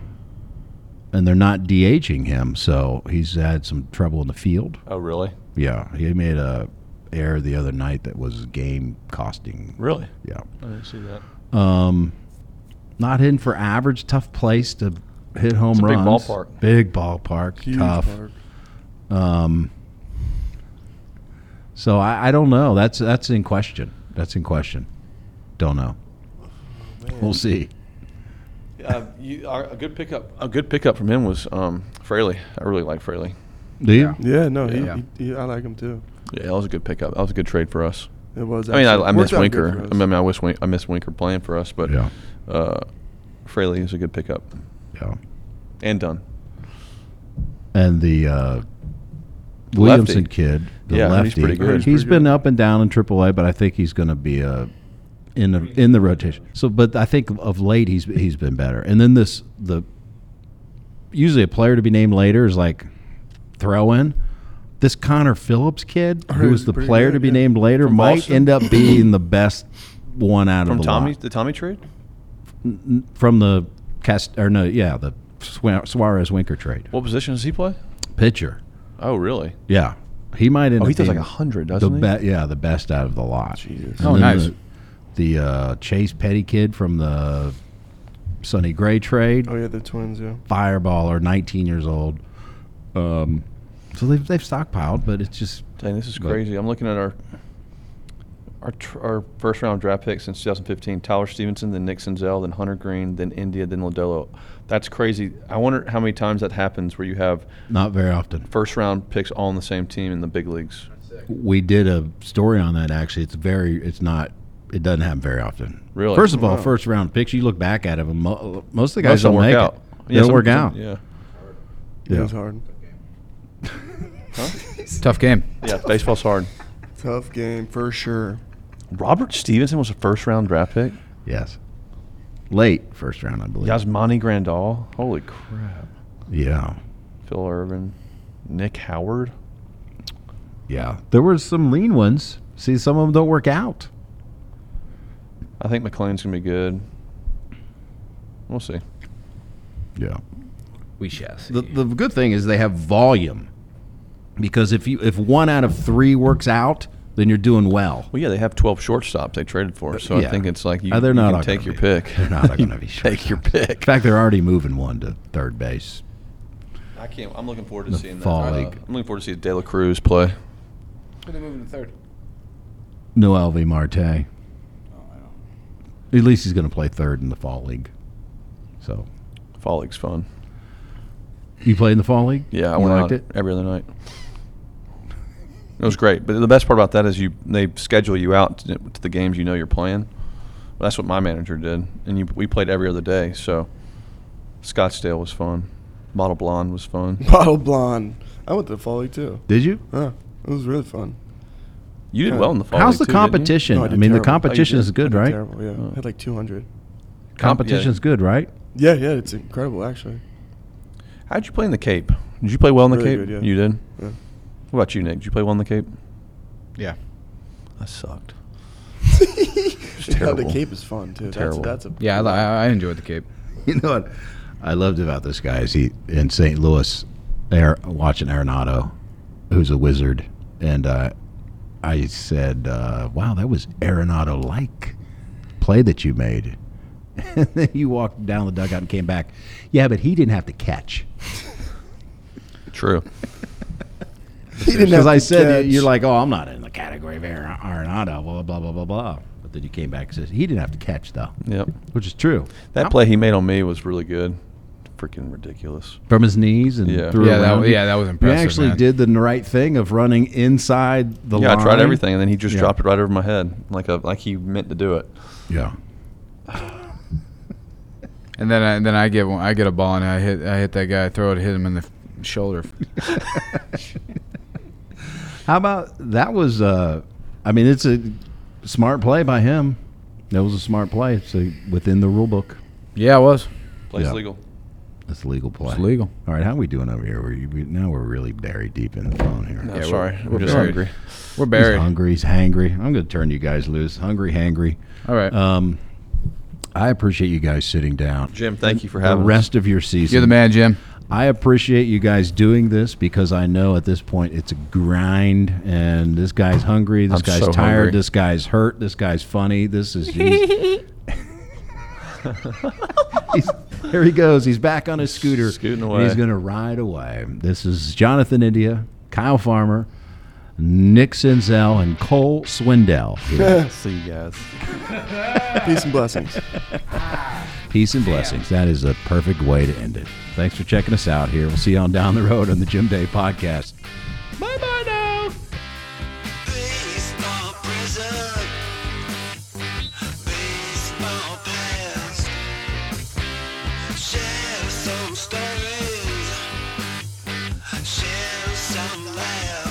Speaker 4: and they're not DHing him, so he's had some trouble in the field.
Speaker 6: Oh, really?
Speaker 4: Yeah, he made a error the other night that was game costing.
Speaker 6: Really?
Speaker 4: Yeah.
Speaker 6: I didn't see that.
Speaker 4: Um, not hitting for average. Tough place to hit home
Speaker 6: It's a big
Speaker 4: runs.
Speaker 6: ballpark.
Speaker 4: Big ballpark.
Speaker 7: Huge
Speaker 4: tough.
Speaker 7: park.
Speaker 4: Um. So I, I don't know. That's that's in question. That's in question. Don't know.
Speaker 7: Oh,
Speaker 4: We'll see.
Speaker 6: Uh, you are a good pickup. A good pickup from him was um, Fraley. I really like Fraley.
Speaker 4: Do you?
Speaker 7: Yeah, no, he,
Speaker 6: Yeah.
Speaker 7: He, he, I like him too.
Speaker 6: Yeah, that was a good pickup. That was a good trade for us.
Speaker 7: It was
Speaker 6: I mean, I,
Speaker 7: actually.
Speaker 6: I miss
Speaker 7: Worked out good
Speaker 6: Winker.
Speaker 7: for us.
Speaker 6: I mean, I wish Win- I miss Winker playing for us, but
Speaker 4: Yeah.
Speaker 6: uh, Fraley is a good pickup.
Speaker 4: Yeah,
Speaker 6: and done.
Speaker 4: And the uh, Williamson
Speaker 6: Lefty.
Speaker 4: kid, the
Speaker 6: Yeah,
Speaker 4: lefty,
Speaker 6: he's pretty good. He's
Speaker 4: he's
Speaker 6: pretty
Speaker 4: been up and down in AAA, but I think he's going to be uh, in the in the rotation. So, but I think of late he's he's been better. And then this the usually a player to be named later is like throw in. This Connor Phillips kid, who was the
Speaker 6: pretty
Speaker 4: player
Speaker 6: good,
Speaker 4: to be
Speaker 6: yeah.
Speaker 4: named later,
Speaker 6: From
Speaker 4: might
Speaker 6: Boston?
Speaker 4: end up being the best one out of
Speaker 6: From
Speaker 4: the
Speaker 6: Tommy,
Speaker 4: lot.
Speaker 6: the Tommy trade?
Speaker 4: N- n- from the cast or no, yeah, the Suarez Winker trade
Speaker 6: What position does he play?
Speaker 4: pitcher.
Speaker 6: Oh, really?
Speaker 4: Yeah, he might end.
Speaker 6: Oh, he
Speaker 4: up
Speaker 6: does
Speaker 4: being
Speaker 6: like 100, doesn't
Speaker 4: the
Speaker 6: he?
Speaker 4: Be- yeah, the best out of the lot. And
Speaker 5: Oh,
Speaker 4: then
Speaker 5: nice.
Speaker 4: The, the, uh, Chase Petty kid from the Sonny Gray trade,
Speaker 7: Oh yeah, the twins. Yeah.
Speaker 4: fireballer, nineteen years old. Um, so they've they've stockpiled, but it's just
Speaker 6: Dang, this is
Speaker 4: but-
Speaker 6: crazy. I'm looking at our our, tr- our first round draft picks since 2015: Tyler Stevenson, then Nick Senzel, then Hunter Green, then India, then Lodolo. That's crazy. I wonder how many times that happens where you have
Speaker 4: Not very often.
Speaker 6: first round picks all on the same team in the big leagues.
Speaker 4: we did a story on that actually. It's very it's not it doesn't happen very often.
Speaker 6: Really?
Speaker 4: First of all,
Speaker 6: Wow.
Speaker 4: first round picks. You look back at them. Mo- most of the
Speaker 6: Most
Speaker 4: guys
Speaker 6: don't
Speaker 4: don't
Speaker 6: work
Speaker 4: make
Speaker 6: out.
Speaker 4: it. They
Speaker 6: Yeah,
Speaker 4: don't
Speaker 6: some-
Speaker 4: work
Speaker 6: some-
Speaker 4: out.
Speaker 6: yeah.
Speaker 7: It
Speaker 4: Yeah.
Speaker 7: was hard.
Speaker 5: Tough game.
Speaker 6: Yeah, baseball's hard.
Speaker 7: Tough game for sure.
Speaker 6: Robert Stevenson was a first round draft pick.
Speaker 4: Yes. Late first round, I believe.
Speaker 6: Yasmani Grandal. Holy crap.
Speaker 4: Yeah.
Speaker 6: Phil Irvin. Nick Howard.
Speaker 4: Yeah. There were some lean ones. See, some of them don't work out.
Speaker 6: I think McLean's gonna be good. We'll see.
Speaker 4: Yeah.
Speaker 5: We shall see.
Speaker 4: The, the good thing is they have volume. Because if you if one out of three works out, then you're doing well.
Speaker 6: Well, yeah, they have 12 shortstops they traded for, so I
Speaker 4: Yeah.
Speaker 6: think it's like you,
Speaker 4: Uh, they're
Speaker 6: you
Speaker 4: not
Speaker 6: can
Speaker 4: all
Speaker 6: take your
Speaker 4: gonna
Speaker 6: pick.
Speaker 4: They're not going to be short.
Speaker 6: take your pick.
Speaker 4: In fact, they're already moving one to third base.
Speaker 6: I can't. I'm looking forward to
Speaker 4: The
Speaker 6: seeing
Speaker 4: fall
Speaker 6: that. Uh,
Speaker 4: league.
Speaker 6: I'm looking forward to seeing De La Cruz play.
Speaker 5: Who they moving to third?
Speaker 4: No LV
Speaker 6: Oh,
Speaker 4: Marte. At least he's going to play third in the fall league. So
Speaker 6: Fall league's fun.
Speaker 4: you play in the fall league?
Speaker 6: Yeah, I
Speaker 4: you
Speaker 6: went
Speaker 4: liked
Speaker 6: out every other night. It was great, but the best part about that is you they schedule you out to, to the games you know you're playing. Well, that's what my manager did, and you, we played every other day. So Scottsdale was fun. Model Blonde was fun.
Speaker 7: Bottle blonde. I went to the Folly too.
Speaker 4: Did you?
Speaker 7: Yeah, it was really fun.
Speaker 6: You did
Speaker 7: Yeah.
Speaker 6: well in the fall.
Speaker 4: How's
Speaker 6: league
Speaker 4: the
Speaker 6: too, didn't you?
Speaker 4: competition?
Speaker 7: No,
Speaker 4: I
Speaker 7: did
Speaker 4: mean, the
Speaker 7: terrible.
Speaker 4: competition
Speaker 7: I
Speaker 4: is
Speaker 7: did-
Speaker 4: good,
Speaker 7: I did
Speaker 4: right? Oh.
Speaker 7: Terrible, yeah. I had like 200.
Speaker 4: it? Competition's good, right?
Speaker 7: Yeah, yeah, it's incredible actually.
Speaker 6: How'd you play in the Cape? Did you play well in the
Speaker 7: Really
Speaker 6: Cape?
Speaker 7: good, yeah.
Speaker 6: You did.
Speaker 7: Yeah.
Speaker 6: What about you, Nick? Did you play well in the Cape?
Speaker 5: Yeah.
Speaker 6: I sucked.
Speaker 7: Yeah, the
Speaker 6: terrible.
Speaker 7: Cape is fun too. That's,
Speaker 6: Terrible.
Speaker 7: that's a
Speaker 5: Yeah, I, li- I I enjoyed the Cape.
Speaker 4: You know what I loved about this guy is he in St. Louis, Air, watching Arenado, who's a wizard, and uh, I said, uh, "Wow, that was Arenado-like play that you made." And then you walked down the dugout and came back. Yeah, but he didn't have to catch.
Speaker 6: True.
Speaker 7: He didn't have
Speaker 4: Because I
Speaker 7: to
Speaker 4: said
Speaker 7: catch.
Speaker 4: you're like, oh, I'm not in the category of Ar- Arenado, blah blah blah blah blah. But then you came back and said he didn't have to catch though,
Speaker 6: Yep.
Speaker 4: which is true.
Speaker 6: That play he made on me was really good. Freaking ridiculous.
Speaker 4: from his knees and
Speaker 6: Yeah.
Speaker 4: threw
Speaker 5: Yeah,
Speaker 4: it
Speaker 5: that
Speaker 4: around
Speaker 5: wa-
Speaker 4: you.
Speaker 5: yeah, that was impressive,
Speaker 4: You actually
Speaker 5: man.
Speaker 4: did the n- right thing of running inside the
Speaker 6: yeah,
Speaker 4: line.
Speaker 6: I tried everything, and then he just
Speaker 4: Yeah.
Speaker 6: dropped it right over my head, like a like he meant to do it.
Speaker 4: Yeah,
Speaker 5: And then I, then I get one, I get a ball and I hit I hit that guy, throw it, hit him in the f- shoulder.
Speaker 4: how about that was? Uh, I mean, it's a smart play by him. That was a smart play. It's a, within the rule book.
Speaker 5: yeah, it was.
Speaker 6: Plays
Speaker 4: Yeah.
Speaker 6: legal.
Speaker 4: It's a legal play.
Speaker 5: It's legal.
Speaker 4: All right, how are we doing over here? We're, we, now we're really buried deep in the phone here.
Speaker 6: I'm sorry.
Speaker 5: we're
Speaker 6: We're, just
Speaker 5: buried.
Speaker 6: hungry.
Speaker 5: We're
Speaker 4: He's
Speaker 5: buried.
Speaker 4: hungry. He's hangry. I'm going to turn you guys loose. Hungry, hangry.
Speaker 5: All right.
Speaker 4: Um, I appreciate you guys sitting down.
Speaker 6: Jim, thank you for
Speaker 4: The
Speaker 6: having us.
Speaker 4: rest of your season.
Speaker 5: You're the man, Jim.
Speaker 4: I appreciate you guys doing this because I know at this point it's a grind, and this guy's hungry, this
Speaker 6: I'm
Speaker 4: guy's
Speaker 6: so
Speaker 4: tired,
Speaker 6: hungry.
Speaker 4: this guy's hurt, this guy's funny. This is he's, he's- there he goes. He's back on his scooter.
Speaker 6: Scooting
Speaker 4: and
Speaker 6: away.
Speaker 4: he's going to ride away. This is Jonathan India, Kyle Farmer, Nick Senzel, and Cole Swindell.
Speaker 6: See you guys.
Speaker 7: Peace and blessings.
Speaker 4: Peace and blessings. That is the perfect way to end it. Thanks for checking us out here. We'll see you on down the road on the Jim Day podcast.
Speaker 3: Bye bye now. Baseball prison. Baseball past. Share some stories. Share some laughs.